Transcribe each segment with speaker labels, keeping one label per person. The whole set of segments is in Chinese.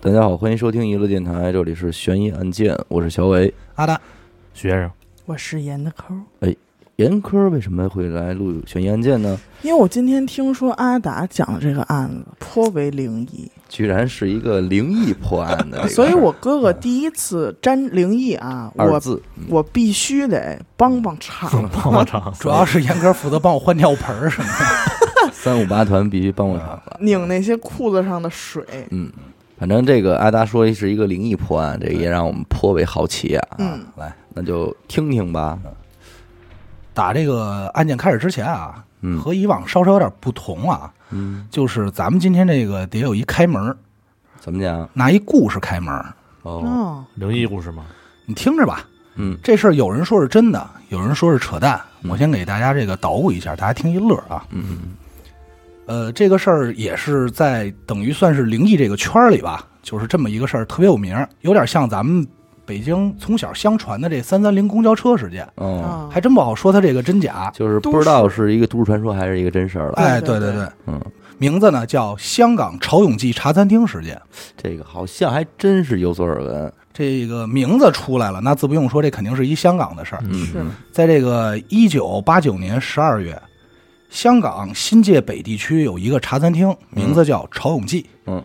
Speaker 1: 大家好，欢迎收听娱乐电台，这里是悬疑案件，我是小伟。
Speaker 2: 阿达，
Speaker 3: 学生，
Speaker 4: 我是严的抠儿，
Speaker 1: 严科为什么会来录悬疑案件呢？
Speaker 4: 因为我今天听说阿达讲的这个案子颇为灵异，
Speaker 1: 居然是一个灵异破案的这个事儿，
Speaker 4: 所以我哥哥第一次沾灵异啊，
Speaker 1: 二
Speaker 4: 我
Speaker 1: 字
Speaker 4: 我必须得帮帮场。
Speaker 3: 帮我场，
Speaker 2: 主要是严哥负责帮我换尿盆儿什么的。
Speaker 1: 三五八团必须帮我查了。
Speaker 4: 拧那些裤子上的水，
Speaker 1: 嗯，反正这个阿达说是一个灵异破案，这个也让我们颇为好奇啊。
Speaker 4: 嗯，
Speaker 1: 来，那就听听吧。
Speaker 2: 打这个案件开始之前啊，
Speaker 1: 嗯
Speaker 2: 和以往稍稍有点不同啊，
Speaker 1: 嗯，
Speaker 2: 就是咱们今天这个得有一开门儿，
Speaker 1: 怎么讲？
Speaker 2: 拿一故事开门儿。
Speaker 1: 哦，
Speaker 4: 哦，
Speaker 3: 灵异故事吗？
Speaker 2: 你听着吧，
Speaker 1: 嗯
Speaker 2: 这事儿有人说是真的，有人说是扯淡。
Speaker 3: 嗯
Speaker 2: 我先给大家这个捣鼓一下，大家听一乐啊。
Speaker 1: 嗯
Speaker 2: 呃，这个事儿也是在等于算是灵异这个圈儿里吧，就是这么一个事儿特别有名儿，有点像咱们北京从小相传的这三三零公交车事件，
Speaker 1: 嗯哦，
Speaker 4: 啊
Speaker 2: 还真不好说它这个真假。
Speaker 1: 就是不知道是一个都市传说还是一个真事儿了。
Speaker 2: 哎，
Speaker 4: 对
Speaker 2: 对
Speaker 4: 对
Speaker 2: 对，
Speaker 1: 嗯，
Speaker 2: 名字呢叫香港潮涌记茶餐厅事件，
Speaker 1: 这个好像还真是有所耳闻。
Speaker 2: 这个名字出来了，那自不用说，这肯定是一香港的事儿。
Speaker 1: 嗯
Speaker 4: 是
Speaker 1: 嗯
Speaker 2: 在这个一九八九年十二月，香港新界北地区有一个茶餐厅，名字叫潮涌记。
Speaker 1: 嗯，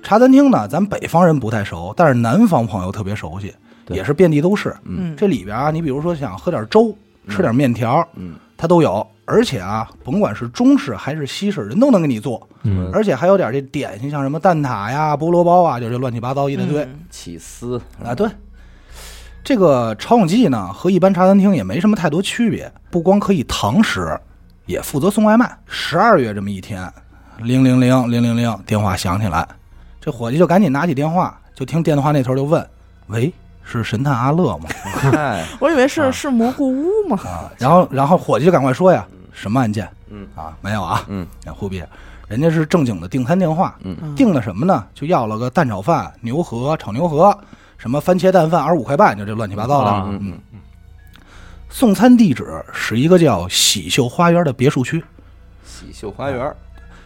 Speaker 2: 茶餐厅呢，咱北方人不太熟，但是南方朋友特别熟悉，
Speaker 1: 对
Speaker 2: 也是遍地都是。
Speaker 4: 嗯，
Speaker 2: 这里边啊，你比如说想喝点粥、吃点面条，
Speaker 1: 嗯，
Speaker 2: 它都有。而且啊，甭管是中式还是西式，人都能给你做，
Speaker 3: 嗯
Speaker 2: 而且还有点这点心，像什么蛋挞呀、菠萝包啊，就这乱七八糟一大堆。
Speaker 4: 嗯
Speaker 1: 起 司
Speaker 2: 啊，对。这个潮涌记呢，和一般茶餐厅也没什么太多区别，不光可以堂食，也负责送外卖。十二月这么一天，零零零零零零，电话响起来，这伙计就赶紧拿起电话，就听电话那头就问：“喂，是神探阿乐吗
Speaker 1: 哎，
Speaker 4: 我以为是是蘑菇屋嘛，？”
Speaker 2: 啊，然后然后伙计就赶快说呀：“什么案件？
Speaker 1: 嗯
Speaker 2: 啊，没有啊，
Speaker 1: 嗯，
Speaker 2: 忽必，人家是正经的订餐电话，
Speaker 4: 嗯
Speaker 2: 订的什么呢？就要了个蛋炒饭、牛河炒牛河，什么番茄蛋饭二十五块半，就这乱七八糟的。
Speaker 3: 啊
Speaker 1: 嗯嗯
Speaker 2: 送餐地址是一个叫喜秀花园的别墅区。
Speaker 1: 喜秀花园儿，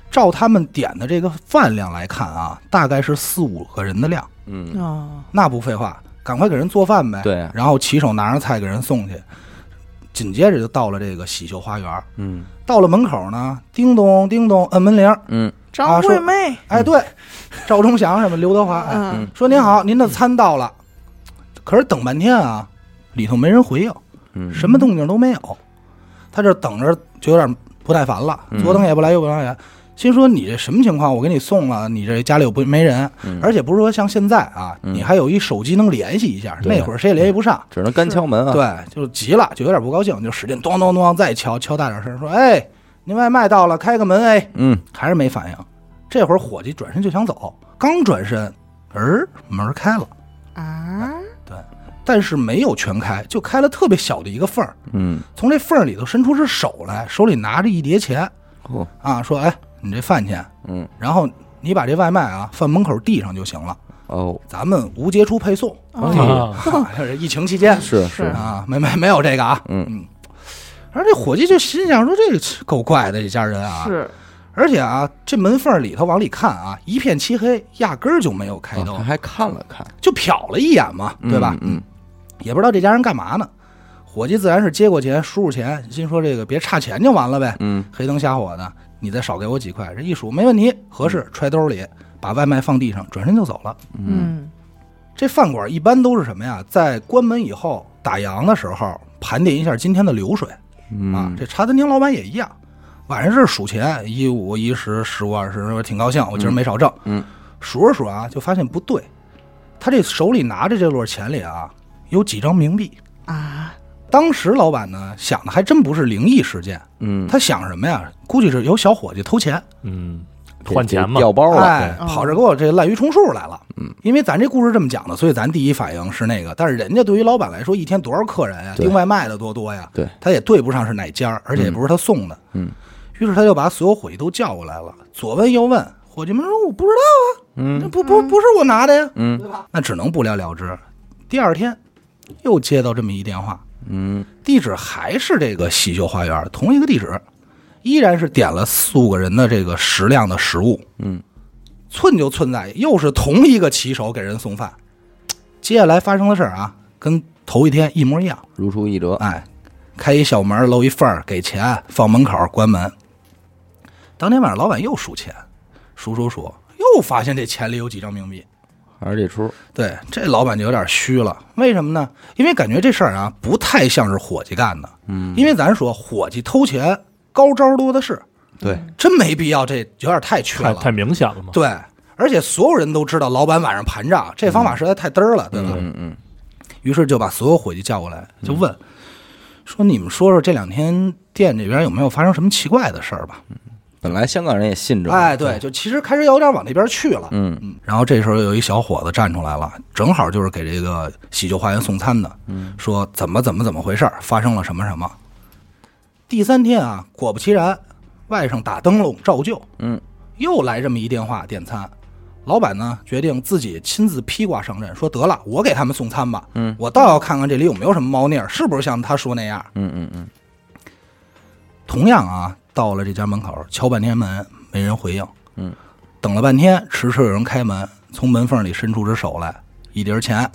Speaker 2: 照他们点的这个饭量来看啊，大概是四五个人的量。
Speaker 1: 嗯，
Speaker 4: 啊，
Speaker 2: 那不废话，赶快给人做饭呗。
Speaker 1: 对啊
Speaker 2: 然后骑手拿着菜给人送去。紧接着就到了这个喜秀花园，
Speaker 1: 嗯
Speaker 2: 到了门口呢，叮咚叮咚摁门铃。
Speaker 1: 嗯
Speaker 4: 张惠妹，
Speaker 2: 哎，对，赵忠祥什么刘德华，哎，
Speaker 4: 嗯
Speaker 2: 说您好，您的餐到了。可是等半天啊，里头没人回应。
Speaker 1: 嗯
Speaker 2: 什么动静都没有。他这等着就有点不耐烦了，
Speaker 1: 嗯
Speaker 2: 左等也不来，右等也不来。心说你这什么情况？我给你送了，你这家里又不没人，
Speaker 1: 嗯
Speaker 2: 而且不是说像现在啊，
Speaker 1: 嗯
Speaker 2: 你还有一手机能联系一下，
Speaker 1: 对
Speaker 2: 那会儿谁也联系不上。
Speaker 1: 只能干敲门啊。，
Speaker 2: 对，就急了，就有点不高兴，就使劲咚咚咚再敲，敲大点声说：“哎，您外卖到了，开个门哎！”
Speaker 1: 嗯，
Speaker 2: 还是没反应。这会儿伙计转身就想走，刚转身，儿门开了，
Speaker 4: 啊，
Speaker 2: 但是没有全开，就开了特别小的一个缝儿。
Speaker 1: 嗯，
Speaker 2: 从这缝儿里头伸出只手来，手里拿着一叠钱
Speaker 1: 哦，
Speaker 2: 啊，说：“哎，你这饭钱，
Speaker 1: 嗯，
Speaker 2: 然后你把这外卖啊放门口递上就行了，
Speaker 1: 哦，
Speaker 2: 咱们无接触配 送。
Speaker 1: 哎
Speaker 4: 哦
Speaker 3: 啊
Speaker 2: 啊”这是疫情期间
Speaker 1: 是
Speaker 4: 是
Speaker 2: 啊，没没没有这个啊。
Speaker 1: 嗯
Speaker 2: 而这伙计就心想说：“这个够怪的，这家人啊。”。
Speaker 4: 是
Speaker 2: 而且啊，这门缝儿里头往里看啊，一片漆黑，压根儿就没有开
Speaker 1: 啊
Speaker 2: 灯，
Speaker 1: 他还看了看，
Speaker 2: 就瞟了一眼嘛，对吧？
Speaker 1: 嗯，
Speaker 2: 也不知道这家人干嘛呢。伙计自然是接过钱，输入钱，心说这个别差钱就完了呗。
Speaker 1: 嗯，
Speaker 2: 黑灯瞎火的，你再少给我几块，这一数没问题，合
Speaker 1: 嗯
Speaker 2: 适，揣兜里，把外卖放地上，转身就走了。
Speaker 4: 嗯
Speaker 2: 这饭馆一般都是什么呀？在关门以后打烊的时候，盘点一下今天的流水
Speaker 1: 嗯
Speaker 2: 啊。这茶餐厅老板也一样，晚上是数钱，一五、一十、十五、二十，我挺高兴，我今儿没少挣。
Speaker 1: 嗯，
Speaker 2: 数着数啊，就发现不对，他这手里拿着这摞钱里啊，有几张冥币。
Speaker 4: 啊，
Speaker 2: 当时老板呢想的还真不是灵异事件，
Speaker 1: 嗯，
Speaker 2: 他想什么呀？估计是有小伙计偷钱。
Speaker 3: 嗯，换钱嘛，
Speaker 1: 掉包了，
Speaker 2: 哎，
Speaker 4: 对
Speaker 2: 跑这给我这滥竽充数来了。嗯，因为咱这故事这么讲的，所以咱第一反应是那个。但是人家对于老板来说，一天多少客人呀，
Speaker 1: 对
Speaker 2: 订外卖的多多呀，
Speaker 1: 对，
Speaker 2: 他也对不上是哪家，而且也不是他送的。
Speaker 1: 嗯，
Speaker 2: 于是他就把所有伙计都叫过来了，左问右问，伙计们说我不知道啊，
Speaker 1: 嗯
Speaker 2: 不不不是我拿的呀，
Speaker 1: 嗯
Speaker 2: 那只能不了了之。第二天又接到这么一电话，
Speaker 1: 嗯
Speaker 2: 地址还是这个喜秀花园，同一个地址，依然是点了四五个人的这个食量的食物。
Speaker 1: 嗯，
Speaker 2: 寸就寸在又是同一个骑手给人送饭。接下来发生的事儿啊，跟头一天一模一样。
Speaker 1: 如出一辙，
Speaker 2: 哎，开一小门，露一缝儿，给钱，放门口，关门。当天晚上，老板又数钱，数数数，又发现这钱里有几张冥币。
Speaker 1: 还是这出，
Speaker 2: 对，这老板就有点虚了。为什么呢？因为感觉这事儿啊，不太像是伙计干的。嗯，因为咱说伙计偷钱高招多的是，
Speaker 1: 对，
Speaker 2: 真没必要，这有点太缺
Speaker 3: 太
Speaker 2: 了。
Speaker 3: 太明显了嘛。
Speaker 2: 对，而且所有人都知道老板晚上盘账，这方法实在太嘚儿了，对吧？
Speaker 1: 嗯嗯，
Speaker 2: 于是就把所有伙计叫过来，就问、说：“你们说说这两天店这边有没有发生什么奇怪的事儿吧？”
Speaker 1: 本来香港人也信这个，
Speaker 2: 哎，对，就其实开始有点往那边去了。
Speaker 1: 嗯，
Speaker 2: 嗯，然后这时候有一小伙子站出来了，正好就是给这个喜剧花园送餐的，说怎么怎么怎么回事儿，发生了什么什么。第三天啊，果不其然，外甥打灯笼照旧，
Speaker 1: 嗯，
Speaker 2: 又来这么一电话点餐，老板呢决定自己亲自披挂上阵，说得了，我给他们送餐吧，嗯，我倒要看看这里有没有什么猫腻儿，是不是像他说那样，
Speaker 1: 嗯嗯嗯，
Speaker 2: 同样啊，到了这家门口，敲半天门，没人回应。
Speaker 1: 嗯，
Speaker 2: 等了半天，迟迟有人开门，从门缝里伸出只手来，一叠钱，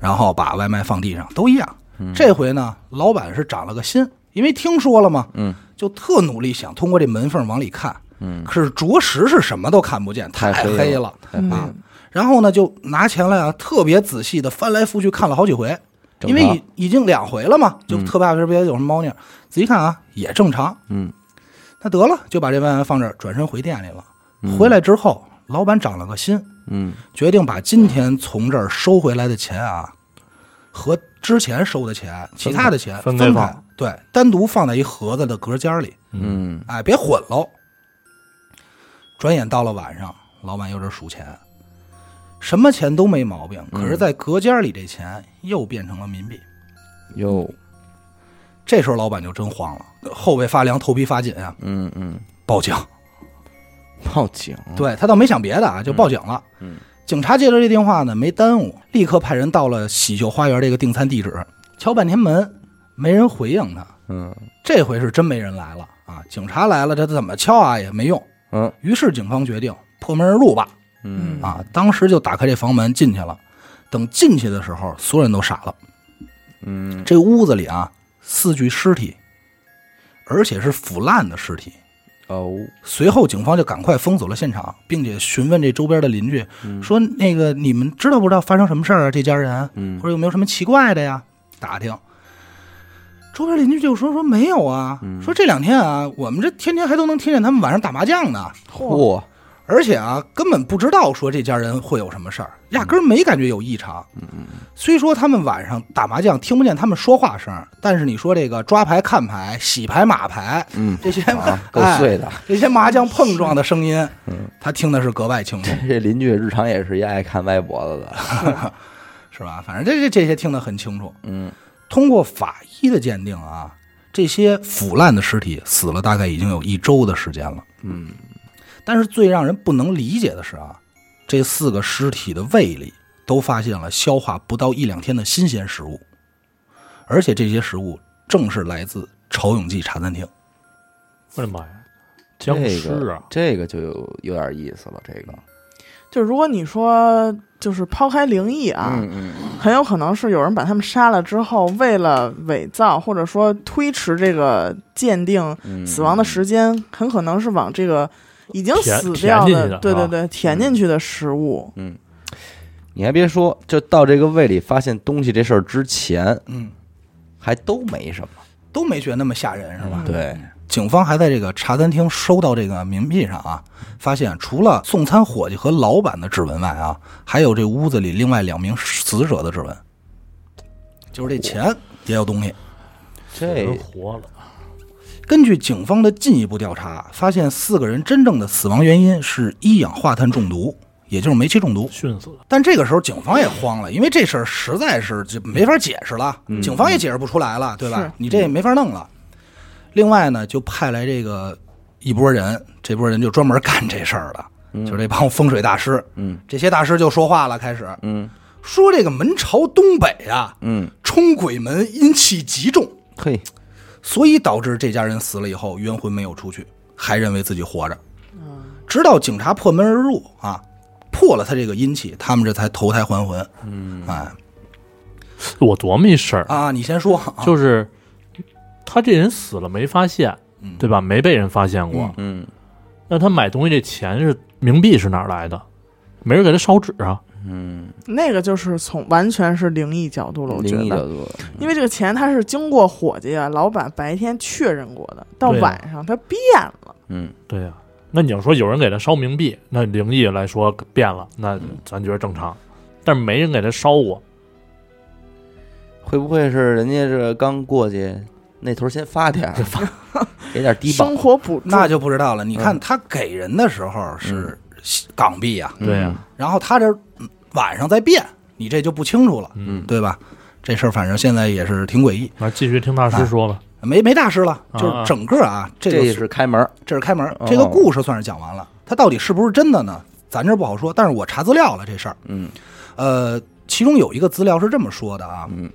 Speaker 2: 然后把外卖放地上，都一样。
Speaker 1: 嗯
Speaker 2: 这回呢，老板是长了个心，因为听说了嘛，
Speaker 1: 嗯，
Speaker 2: 就特努力想通过这门缝往里看，
Speaker 1: 嗯，
Speaker 2: 可是着实是什么都看不见，
Speaker 1: 太
Speaker 2: 太
Speaker 1: 黑
Speaker 2: 黑
Speaker 1: 了
Speaker 2: 了
Speaker 1: 太棒
Speaker 2: 啊
Speaker 1: 了，。
Speaker 2: 然后呢，就拿钱来啊，特别仔细的翻来覆去看了好几回，
Speaker 1: 正
Speaker 2: 因为
Speaker 1: 常
Speaker 2: 已已经两回了嘛，就特怕这边有什么猫腻儿。仔细看啊，也正常。
Speaker 1: 嗯，
Speaker 2: 那得了，就把这外卖放这儿，转身回店里了。回来之后，老板长了个心，
Speaker 1: 嗯，
Speaker 2: 决定把今天从这儿收回来的钱啊，和之前收的钱、其他的钱
Speaker 3: 分
Speaker 2: 分
Speaker 3: 开
Speaker 2: 开
Speaker 3: 放，
Speaker 2: 对，单独放在一盒子的隔间儿里。
Speaker 1: 嗯，
Speaker 2: 哎，别混喽。转眼到了晚上，老板又这数钱，什么钱都没毛病，
Speaker 1: 嗯
Speaker 2: 可是，在隔间里这钱又变成了冥币。
Speaker 1: 哟，
Speaker 2: 这时候老板就真慌了，后背发凉，头皮发紧啊，
Speaker 1: 嗯嗯，
Speaker 2: 报警。
Speaker 1: 报警，
Speaker 2: 对他倒没想别的啊，就报警了。
Speaker 1: 嗯嗯
Speaker 2: 警察接着这电话呢，没耽误，立刻派人到了喜秀花园这个订餐地址，敲半天门，没人回应他。
Speaker 1: 嗯
Speaker 2: 这回是真没人来了啊！警察来了，这怎么敲啊也没用。
Speaker 1: 嗯
Speaker 2: 于是警方决定破门而入吧。
Speaker 1: 嗯，
Speaker 2: 啊，当时就打开这房门进去了。等进去的时候，所有人都傻了。
Speaker 1: 嗯，
Speaker 2: 这屋子里啊，四具尸体，而且是腐烂的尸体。
Speaker 1: 哦，
Speaker 2: 随后，警方就赶快封锁了现场，并且询问这周边的邻居，说：“那个你们知道不知道发生什么事儿啊？这家人，
Speaker 1: 嗯
Speaker 2: 或者有没有什么奇怪的呀？”打听。周边邻居就说：“说没有啊，
Speaker 1: 嗯
Speaker 2: 说这两天啊，我们这天天还都能听见他们晚上打麻将呢。”
Speaker 1: 嚯，
Speaker 2: 而且啊，根本不知道说这家人会有什么事儿，
Speaker 1: 嗯
Speaker 2: 压根儿没感觉有异常。嗯虽说他们晚上打麻将听不见他们说话声儿，但是你说这个抓牌、看牌、洗牌、码牌，
Speaker 1: 嗯，
Speaker 2: 这些、
Speaker 1: 啊，够
Speaker 2: 哎
Speaker 1: 碎的。
Speaker 2: 这些麻将碰撞的声音，
Speaker 1: 嗯
Speaker 2: 他听的是格外清楚，
Speaker 1: 这邻居日常也是一爱看歪脖子的，
Speaker 2: 是吧？反正这这这些听得很清楚。
Speaker 1: 嗯，
Speaker 2: 通过法医的鉴定啊，这些腐烂的尸体死了大概已经有一周的时间了。
Speaker 1: 嗯，
Speaker 2: 但是最让人不能理解的是啊，这四个尸体的胃里都发现了消化不到一两天的新鲜食物，而且这些食物正是来自潮永记茶餐厅。
Speaker 3: 我的妈呀，僵
Speaker 1: 这
Speaker 3: 尸
Speaker 1: 个
Speaker 3: 啊！
Speaker 1: 这个就有有点意思了，这个，
Speaker 4: 就如果你说就是抛开灵异啊，
Speaker 1: 嗯嗯
Speaker 4: 很有可能是有人把他们杀了之后，为了伪造或者说推迟这个鉴定
Speaker 1: 嗯，
Speaker 4: 死亡的时间，很可能是往这个已经
Speaker 3: 填
Speaker 4: 死掉
Speaker 3: 填进去
Speaker 4: 的，
Speaker 3: 的
Speaker 4: 对
Speaker 3: 是吧
Speaker 4: 对
Speaker 1: 啊
Speaker 4: 对，填进去的食物。
Speaker 1: 嗯你还别说，就到这个胃里发现东西这事儿之前，
Speaker 2: 嗯，
Speaker 1: 还都没什么，
Speaker 2: 都没觉得那么吓人是吧？
Speaker 1: 对，
Speaker 2: 警方还在这个茶餐厅收到这个冥币上啊，发现除了送餐伙计和老板的指纹外啊，还有这屋子里另外两名死者的指纹，就是这钱也有东西。
Speaker 1: 这
Speaker 3: 人活了，
Speaker 2: 根据警方的进一步调查，发现四个人真正的死亡原因是一氧化碳中毒，也就是煤气中毒。
Speaker 3: 训死了，
Speaker 2: 但这个时候警方也慌了，因为这事儿实在是就没法解释了，
Speaker 1: 嗯
Speaker 2: 警方也解释不出来了，对吧
Speaker 4: 是？
Speaker 2: 你这也没法弄了。另外呢，就派来这个一波人，这波人就专门干这事儿的，就是这帮风水大师。
Speaker 1: 嗯，
Speaker 2: 这些大师就说话了，开始
Speaker 1: 嗯
Speaker 2: 说这个门朝东北啊，
Speaker 1: 嗯，
Speaker 2: 冲鬼门阴气极重，
Speaker 1: 嘿，
Speaker 2: 所以导致这家人死了以后，冤魂没有出去，还认为自己活着。直到警察破门而入啊，破了他这个阴气，他们这才投胎还魂。
Speaker 1: 嗯
Speaker 2: 哎
Speaker 3: 我琢磨一事儿，
Speaker 2: 啊，你先说，啊
Speaker 3: 就是他这人死了没发现，
Speaker 2: 嗯
Speaker 3: 对吧？没被人发现过。
Speaker 1: 嗯
Speaker 3: 那他买东西这钱是冥币是哪儿来的？没人给他烧纸啊。
Speaker 1: 嗯，
Speaker 4: 那个就是从完全是灵异角度了，我觉
Speaker 1: 灵异角
Speaker 4: 得，
Speaker 1: 度，
Speaker 4: 因为这个钱他是经过伙计啊、老板白天确认过的，到
Speaker 3: 对啊
Speaker 4: 晚上他变了，
Speaker 1: 嗯
Speaker 3: 对呀、那你要说有人给他烧冥币，那灵异来说变了，那咱觉得正常。但是没人给他烧过，
Speaker 1: 会不会是人家这刚过去那头先 发点儿，给点儿低保
Speaker 4: 生？活补助
Speaker 2: 那就不知道了。你看他给人的时候是港币啊，
Speaker 1: 嗯
Speaker 3: 对呀、
Speaker 2: 然后他这嗯晚上再变，你这就不清楚了，
Speaker 1: 嗯
Speaker 2: 对吧？这事儿反正现在也是挺诡异，
Speaker 3: 那继续听大师说吧。
Speaker 2: 没没大事了，
Speaker 3: 啊
Speaker 2: 就是整个啊，这
Speaker 1: 这
Speaker 2: 个
Speaker 1: 是开门儿，
Speaker 2: 这是开门
Speaker 1: 哦，
Speaker 2: 这个故事算是讲完了。它到底是不是真的呢？咱这不好说。但是我查资料了这事儿，
Speaker 1: 嗯
Speaker 2: 呃，其中有一个资料是这么说的啊，
Speaker 1: 嗯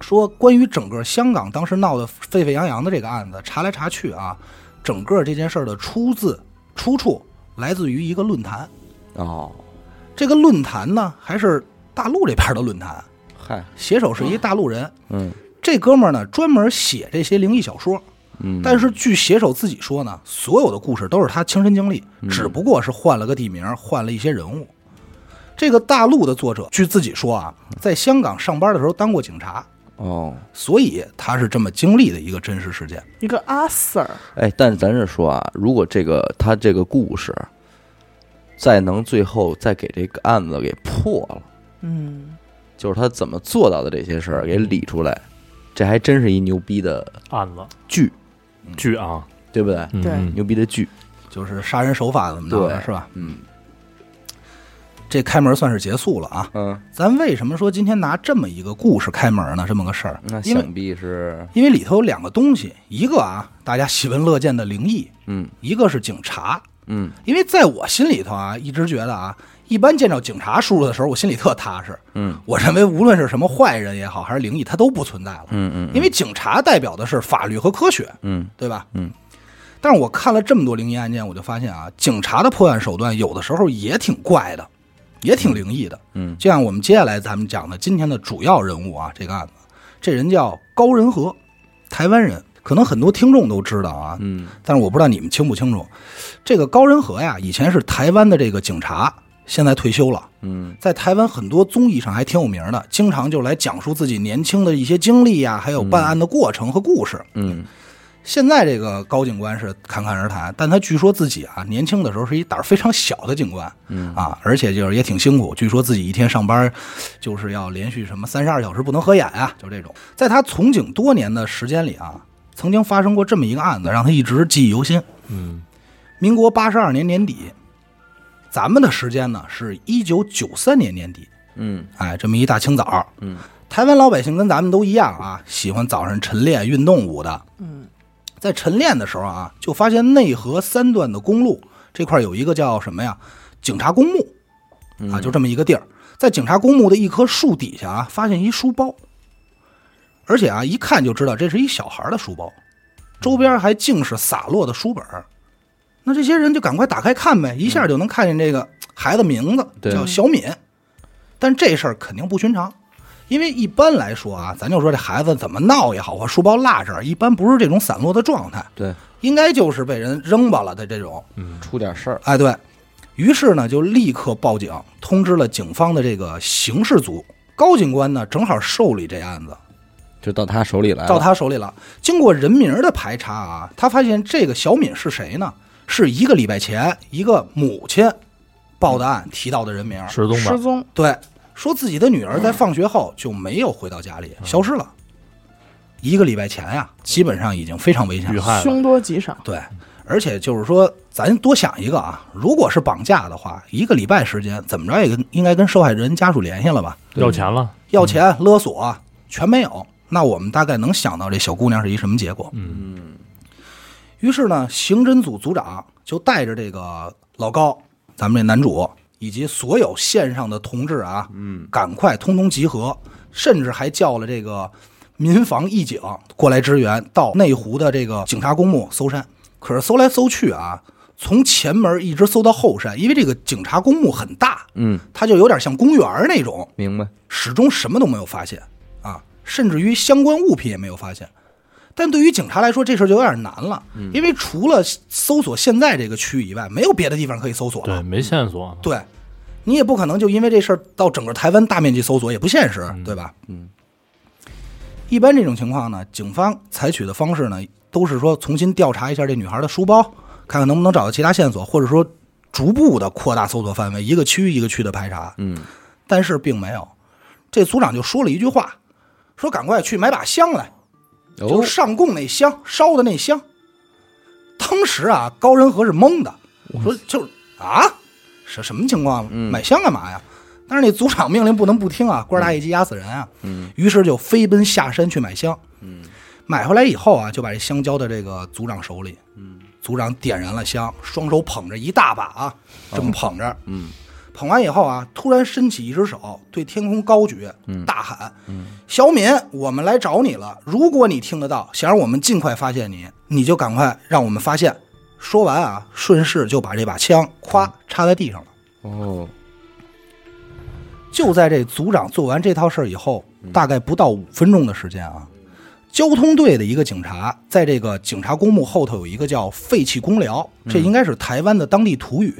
Speaker 2: 说关于整个香港当时闹得沸沸扬扬的这个案子，查来查去啊，整个这件事儿的出自出处来自于一个论坛，
Speaker 1: 哦，
Speaker 2: 这个论坛呢还是大陆这边的论坛，
Speaker 1: 嗨，
Speaker 2: 写手是一大陆人，
Speaker 1: 嗯
Speaker 2: 这哥们儿呢专门写这些灵异小说，
Speaker 1: 嗯，
Speaker 2: 但是据写手自己说呢，所有的故事都是他亲身经历，
Speaker 1: 嗯
Speaker 2: 只不过是换了个地名，换了一些人物。这个大陆的作者据自己说啊，
Speaker 1: 嗯
Speaker 2: 在香港上班的时候当过警察，
Speaker 1: 哦，
Speaker 2: 所以他是这么经历的一个真实事件。
Speaker 4: 一个阿 Sir，
Speaker 1: 哎，但是咱是说啊，如果这个他这个故事再能最后再给这个案子给破了，
Speaker 4: 嗯，
Speaker 1: 就是他怎么做到的这些事儿给理出来，这还真是一牛逼的
Speaker 3: 案子
Speaker 1: 剧，
Speaker 3: 剧啊，
Speaker 1: 对不对？
Speaker 3: 嗯
Speaker 4: 对
Speaker 3: 嗯
Speaker 1: 牛逼的剧，
Speaker 2: 就是杀人手法怎么着的，
Speaker 1: 对
Speaker 2: 是吧？
Speaker 1: 嗯
Speaker 2: 这开门算是结束了啊。
Speaker 1: 嗯，
Speaker 2: 咱为什么说今天拿这么一个故事开门呢？这么个事儿，
Speaker 1: 那
Speaker 2: 因为
Speaker 1: 想必是
Speaker 2: 因为里头有两个东西，一个啊大家喜闻乐见的灵异，
Speaker 1: 嗯
Speaker 2: 一个是警察，
Speaker 1: 嗯
Speaker 2: 因为在我心里头啊，一直觉得啊，一般见着警察叔叔的时候，我心里特踏实。
Speaker 1: 嗯
Speaker 2: 我认为无论是什么坏人也好，还是灵异，它都不存在了，
Speaker 1: 嗯嗯
Speaker 2: 因为警察代表的是法律和科学，
Speaker 1: 嗯
Speaker 2: 对吧？
Speaker 1: 嗯。
Speaker 2: 但是我看了这么多灵异案件，我就发现啊，警察的破案手段有的时候也挺怪的，也挺灵异的。
Speaker 1: 嗯
Speaker 2: 就像我们接下来咱们讲的今天的主要人物啊，这个案子，这人叫高仁和，台湾人，可能很多听众都知道啊，
Speaker 1: 嗯
Speaker 2: 但是我不知道你们清不清楚，这个高仁和呀，以前是台湾的这个警察，现在退休了，
Speaker 1: 嗯
Speaker 2: 在台湾很多综艺上还挺有名的，经常就来讲述自己年轻的一些经历呀，还有办案的过程和故事。
Speaker 1: 嗯
Speaker 2: 现在这个高警官是侃侃而谈，但他据说自己啊，年轻的时候是一胆儿非常小的警官，
Speaker 1: 嗯
Speaker 2: 啊，而且就是也挺辛苦，据说自己一天上班就是要连续什么三十二小时不能合眼啊，就这种。在他从警多年的时间里啊，曾经发生过这么一个案子，让他一直记忆犹新。
Speaker 3: 嗯
Speaker 2: 民国八十二年年底，咱们的时间呢是一九九三年年底，
Speaker 1: 嗯
Speaker 2: 哎，这么一大清早，
Speaker 1: 嗯，
Speaker 2: 台湾老百姓跟咱们都一样啊，喜欢早上晨练运动舞的，嗯，在晨练的时候啊，就发现内河三段的公路这块有一个叫什么呀，警察公墓，啊，就这么一个地儿，在警察公墓的一棵树底下啊，发现一书包，而且啊，一看就知道这是一小孩的书包，周边还尽是洒落的书本儿那这些人就赶快打开看呗，一下就能看见这个孩子名字、
Speaker 1: 对
Speaker 2: 叫小敏。但这事儿肯定不寻常，因为一般来说啊，咱就说这孩子怎么闹也好，或书包落这儿，一般不是这种散落的状态，
Speaker 1: 对，
Speaker 2: 应该就是被人扔吧了的这种。
Speaker 1: 出点事儿，
Speaker 2: 哎，对于是呢，就立刻报警，通知了警方的这个刑事组。高警官呢，正好受理这案子，
Speaker 1: 就到他手里来了，
Speaker 2: 到他手里了。经过人名的排查啊，他发现这个小敏是谁呢？是一个礼拜前一个母亲报的案提到的人名。
Speaker 3: 失踪
Speaker 4: 失
Speaker 3: 吧，
Speaker 4: 踪，
Speaker 2: 对，说自己的女儿在放学后就没有回到家里，消失了。一个礼拜前呀、基本上已经非常危险
Speaker 3: 遇
Speaker 2: 了。
Speaker 3: 害了，
Speaker 4: 凶多吉少，
Speaker 2: 对，而且就是说，咱多想一个啊，如果是绑架的话，一个礼拜时间，怎么着也跟应该跟受害人家属联系了吧？
Speaker 1: 对
Speaker 3: 要钱了，
Speaker 2: 要钱、勒索全没有，那我们大概能想到这小姑娘是一什么结果。
Speaker 3: 嗯
Speaker 2: 于是呢，刑侦组组长就带着这个老高，咱们这男主以及所有线上的同志啊，
Speaker 1: 嗯，
Speaker 2: 赶快通通集合，甚至还叫了这个民防义警过来支援，到内湖的这个警察公墓搜山。可是搜来搜去啊，从前门一直搜到后山，因为这个警察公墓很大，
Speaker 1: 嗯，
Speaker 2: 它就有点像公园儿那种，
Speaker 1: 明白。
Speaker 2: 始终什么都没有发现啊，甚至于相关物品也没有发现。但对于警察来说，这事儿就有点难了，因为除了搜索现在这个区域以外，没有别的地方可以搜索了
Speaker 3: 对，。没线索，
Speaker 2: 对，你也不可能就因为这事儿到整个台湾大面积搜索，也不现实，对吧？
Speaker 1: 嗯。
Speaker 2: 一般这种情况呢，警方采取的方式呢，都是说重新调查一下这女孩的书包，看看能不能找到其他线索，或者说逐步的扩大搜索范围，一个区一个区的排查。
Speaker 1: 嗯，
Speaker 2: 但是并没有。这组长就说了一句话，说赶快去买把香来，就
Speaker 1: 哦
Speaker 2: 是，上供那香烧的那香。当时啊，高仁和是懵的，说就是啊，什什么情况？
Speaker 1: 嗯
Speaker 2: 买香干嘛呀？但是那组长命令不能不听啊，官儿大一级压死人啊。
Speaker 1: 嗯
Speaker 2: 于是就飞奔下山去买香。
Speaker 1: 嗯
Speaker 2: 买回来以后啊，就把这香交到这个组长手里。
Speaker 1: 嗯
Speaker 2: 组长点燃了香，双手捧着一大把啊，这么捧着。
Speaker 1: 嗯
Speaker 2: 捧完以后啊，突然伸起一只手，对天空高举，大喊：“
Speaker 1: 嗯
Speaker 2: 小敏，我们来找你了！如果你听得到，想让我们尽快发现你，你就赶快让我们发现。”说完啊，顺势就把这把枪
Speaker 1: 嗯
Speaker 2: 咵插在地上了。
Speaker 1: 哦，
Speaker 2: 就在这组长做完这套事儿以后，大概不到五分钟的时间啊，交通队的一个警察在这个警察公墓后头有一个叫废弃公寮，这应该是台湾的当地土语。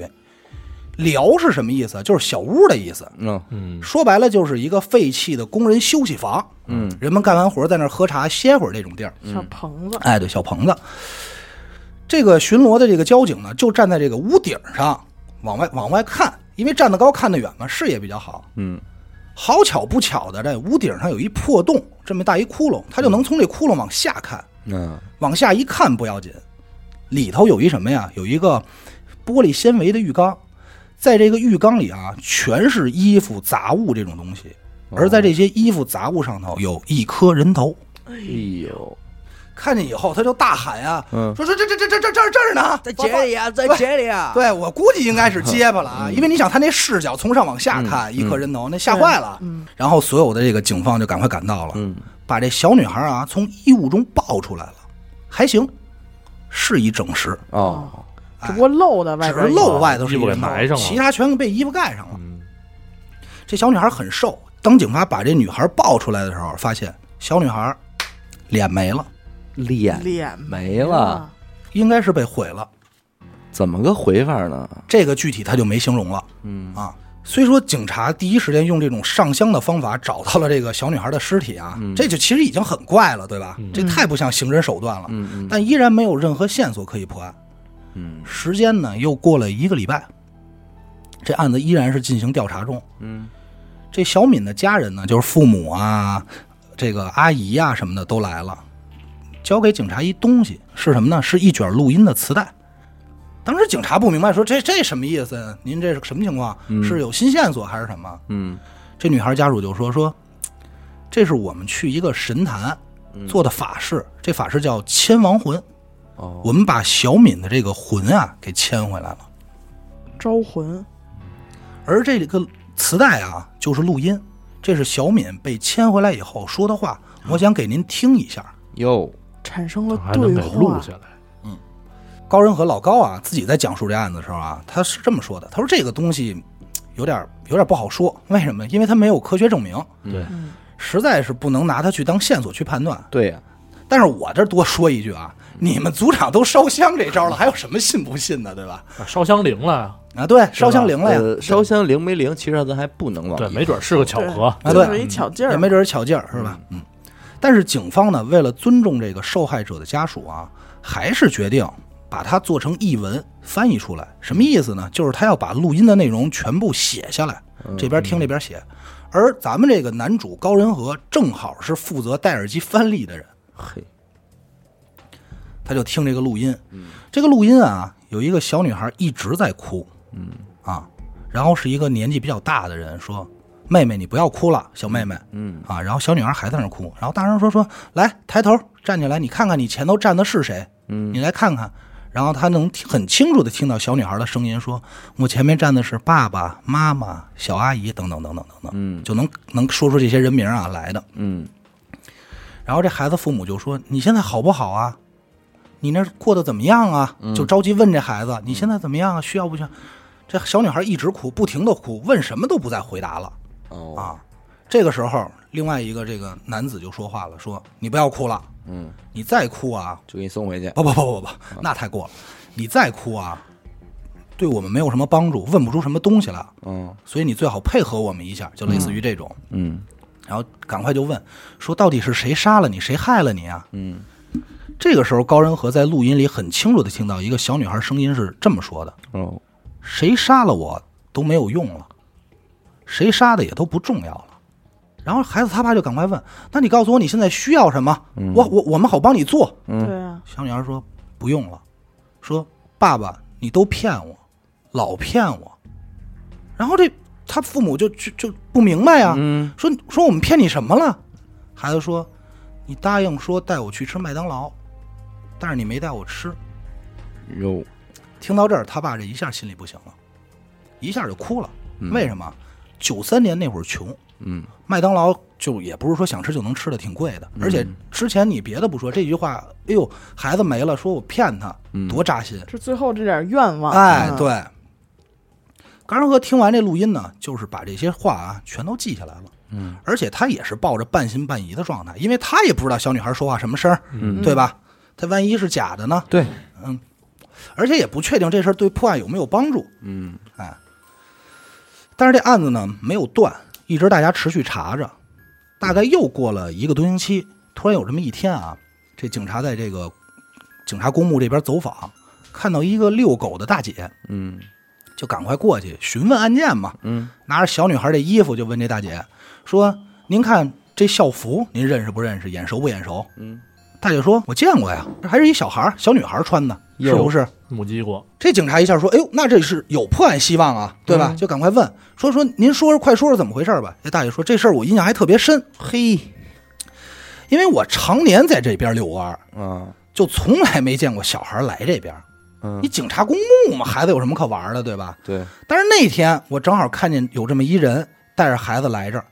Speaker 2: 寮是什么意思？啊就是小屋的意思。
Speaker 1: 那
Speaker 3: 嗯，
Speaker 2: 说白了就是一个废弃的工人休息房，
Speaker 1: 嗯，
Speaker 2: 人们干完活在那儿喝茶歇会儿这种地儿。
Speaker 4: 小棚子，
Speaker 2: 哎，对，小棚子。这个巡逻的这个交警呢，就站在这个屋顶上，往外往外看，因为站得高看得远嘛，视野比较好。
Speaker 1: 嗯
Speaker 2: 好巧不巧的，这屋顶上有一破洞，这么大一窟窿，他就能从这窟窿往下看，
Speaker 1: 那
Speaker 2: 往下一看不要紧，里头有一什么呀？有一个玻璃纤维的浴缸，在这个浴缸里啊，全是衣服杂物这种东西，而在这些衣服杂物上头有一颗人头。
Speaker 1: 哎呦，
Speaker 2: 看见以后，他就大喊呀、
Speaker 1: 嗯
Speaker 2: 说说这这这这这这儿这儿呢，
Speaker 1: 在
Speaker 2: 报
Speaker 1: 这里啊，在这里啊，
Speaker 2: 对我估计应该是结巴了啊，因为你想他那视角从上往下看，一颗人头，那吓坏了。然后所有的这个警方就赶快赶到了，
Speaker 1: 嗯
Speaker 2: 把这小女孩啊从衣物中抱出来了，还行，是一整尸，
Speaker 1: 哦，
Speaker 4: 只不过露在
Speaker 2: 哎只
Speaker 4: 外
Speaker 2: 是
Speaker 4: 边，
Speaker 2: 露外头是一
Speaker 3: 衣服给
Speaker 2: 人头
Speaker 3: 埋上了
Speaker 2: 其他全被衣服盖上了。
Speaker 3: 嗯
Speaker 2: 这小女孩很瘦，当警察把这女孩抱出来的时候，发现小女孩脸没了，
Speaker 1: 脸
Speaker 4: 脸
Speaker 1: 没了，，
Speaker 2: 应该是被毁了。
Speaker 1: 怎么个回法呢？
Speaker 2: 这个具体他就没形容了。
Speaker 1: 嗯
Speaker 2: 啊，虽说警察第一时间用这种上香的方法找到了这个小女孩的尸体啊，
Speaker 1: 嗯
Speaker 2: 这就其实已经很怪了，对吧？这太不像刑侦手段了。
Speaker 1: 嗯
Speaker 2: 但依然没有任何线索可以破案。
Speaker 1: 嗯
Speaker 2: 时间呢，又过了一个礼拜，这案子依然是进行调查中。
Speaker 1: 嗯
Speaker 2: 这小敏的家人呢，就是父母啊、这个阿姨啊什么的都来了，交给警察一东西是什么呢？是一卷录音的磁带。当时警察不明白，说这这什么意思？您这是什么情况？是有新线索还是什么？
Speaker 1: 嗯
Speaker 2: 这女孩家属就说说，这是我们去一个神坛做的法事，这法事叫牵亡魂。
Speaker 1: 哦
Speaker 2: 我们把小敏的这个魂啊给牵回来了，
Speaker 4: 招魂，
Speaker 2: 而这个磁带啊就是录音，这是小敏被牵回来以后说的话，我想给您听一下。
Speaker 1: 哟，
Speaker 4: 产生了
Speaker 3: 啊还能
Speaker 4: 对
Speaker 3: 给录
Speaker 4: 话，
Speaker 3: 下来，
Speaker 2: 高仁和老高啊自己在讲述这案子的时候啊，他是这么说的，他说这个东西有点有点不好说，为什么？因为他没有科学证明，
Speaker 3: 对，
Speaker 2: 实在是不能拿它去当线索去判断。
Speaker 1: 对呀，
Speaker 2: 但是我这儿多说一句啊，你们组长都烧香这招了，还有什么信不信的，对吧？
Speaker 3: 啊烧香铃了呀，
Speaker 2: 啊，对，烧香灵了呀，
Speaker 1: 呃，烧香灵没灵，其实咱还不能往
Speaker 3: 对，
Speaker 1: 里
Speaker 3: 没准是个巧合，
Speaker 2: 啊
Speaker 4: 就
Speaker 2: 对
Speaker 4: 是一巧劲
Speaker 2: 也
Speaker 4: 儿，
Speaker 2: 没准儿巧劲儿，是吧？嗯。但是警方呢，为了尊重这个受害者的家属啊，还是决定把它做成译文翻译出来。什么意思呢？就是他要把录音的内容全部写下来，
Speaker 4: 嗯
Speaker 2: 这边听这边写。而咱们这个男主高仁和正好是负责戴耳机翻译的人，
Speaker 1: 嘿，
Speaker 2: 他就听这个录音。
Speaker 1: 嗯
Speaker 2: 这个录音啊，有一个小女孩一直在哭，嗯啊，然后是一个年纪比较大的人说：“妹妹，你不要哭了，小妹妹。”
Speaker 1: 嗯
Speaker 2: 啊，然后小女孩还在那儿哭，然后大声说说：“来，抬头站起来，你看看你前头站的是谁？
Speaker 1: 嗯
Speaker 2: 你来看看。”然后他能听很清楚的听到小女孩的声音说：“我前面站的是爸爸妈妈、小阿姨等等等等等等。”
Speaker 1: 嗯
Speaker 2: 就能能说出这些人名啊来的。
Speaker 1: 嗯
Speaker 2: 然后这孩子父母就说：“你现在好不好啊？”你那儿过得怎么样啊？
Speaker 1: 嗯
Speaker 2: 就着急问这孩子，你现在怎么样啊？需要不需要？这小女孩一直哭，不停的哭，问什么都不再回答了
Speaker 1: 哦，
Speaker 2: 啊。这个时候，另外一个这个男子就说话了，说：“你不要哭了，
Speaker 1: 嗯，
Speaker 2: 你再哭啊，
Speaker 1: 就给你送回去。
Speaker 2: 不不不不不，那太过了，你再哭啊，对我们没有什么帮助，问不出什么东西来，
Speaker 1: 嗯
Speaker 2: 所以你最好配合我们一下，就类似于这种。
Speaker 1: 嗯
Speaker 2: 然后赶快就问，说到底是谁杀了你，谁害了你啊？
Speaker 1: 嗯
Speaker 2: 这个时候，高仁和在录音里很清楚的听到一个小女孩声音是这么说的
Speaker 1: 哦，：“
Speaker 2: 谁杀了我都没有用了，谁杀的也都不重要了。”然后孩子他爸就赶快问：“那你告诉我你现在需要什么？我我我们好帮你做。
Speaker 1: 嗯
Speaker 4: 对啊，
Speaker 2: 小女孩说：“不用了。”说：“爸爸，你都骗我，老骗我。”然后这他父母就就就不明白啊，
Speaker 1: 嗯
Speaker 2: 说说我们骗你什么了？孩子说：“你答应说带我去吃麦当劳，但是你没带我吃。
Speaker 1: 哟，”
Speaker 2: 听到这儿，他爸这一下心里不行了，一下就哭了。
Speaker 1: 嗯
Speaker 2: 为什么？九三年那会儿穷，
Speaker 1: 嗯
Speaker 2: 麦当劳就也不是说想吃就能吃的，挺贵的。
Speaker 1: 嗯
Speaker 2: 而且之前你别的不说，这句话，哎呦，孩子没了，说我骗他，
Speaker 1: 嗯
Speaker 2: 多扎心。
Speaker 4: 这最后这点愿望，
Speaker 2: 哎
Speaker 4: 嗯，，
Speaker 2: 对。高仁和听完这录音呢，就是把这些话啊全都记下来了。
Speaker 1: 嗯，
Speaker 2: 而且他也是抱着半信半疑的状态，因为他也不知道小女孩说话什么声儿，
Speaker 1: 嗯
Speaker 2: 对吧？他万一是假的呢？
Speaker 1: 对，
Speaker 2: 而且也不确定这事儿对破案有没有帮助。
Speaker 1: 嗯
Speaker 2: 哎，但是这案子呢没有断，一直大家持续查着。大概又过了一个多星期，突然有这么一天啊，这警察在这个警察公墓这边走访，看到一个遛狗的大姐，
Speaker 1: 嗯
Speaker 2: 就赶快过去询问案件嘛。
Speaker 1: 嗯
Speaker 2: 拿着小女孩的衣服就问这大姐说：“您看这校服，您认识不认识？眼熟不眼熟
Speaker 1: 嗯，？”
Speaker 2: 大姐说：“我见过呀，这还是一小孩儿小女孩儿穿的，是
Speaker 1: 哟
Speaker 2: 不是？”
Speaker 3: 母鸡过，
Speaker 2: 这警察一下说：“哎呦，那这是有破案希望啊，对
Speaker 1: 嗯
Speaker 2: 吧？”就赶快问说说，您说说，快说说怎么回事吧。这大姐说：“这事儿我印象还特别深，
Speaker 1: 嘿
Speaker 2: 因为我常年在这边遛弯儿，
Speaker 1: 啊
Speaker 2: 就从来没见过小孩来这边。
Speaker 1: 嗯
Speaker 2: 你警察公墓嘛，孩子有什么可玩的，对吧？
Speaker 1: 对，
Speaker 2: 但是那天我正好看见有这么一人带着孩子来这儿，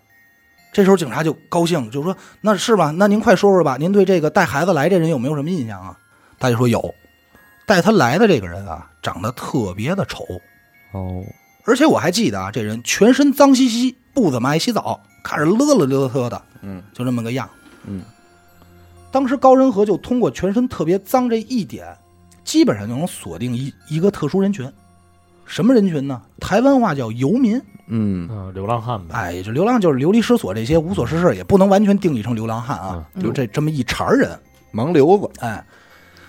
Speaker 2: 这时候警察就高兴，就说：“那是吧？那您快说说吧，您对这个带孩子来这人有没有什么印象啊？”大姐说：“有，带他来的这个人啊，长得特别的丑，
Speaker 1: 哦
Speaker 2: 而且我还记得啊，这人全身脏兮兮，不怎么爱洗澡，看着勒了勒特的，
Speaker 1: 嗯
Speaker 2: 就这么个样。
Speaker 1: 嗯，
Speaker 2: 当时高仁和就通过全身特别脏这一点，基本上就能锁定一一个特殊人群。什么人群呢？台湾话叫游民，
Speaker 1: 嗯
Speaker 3: 嗯，流浪汉呗，
Speaker 2: 哎，也就流浪就是流离失所这些无所事事，也不能完全定义成流浪汉啊，
Speaker 4: 嗯
Speaker 2: 就这这么一茬儿人。
Speaker 1: 盲流子，
Speaker 2: 哎，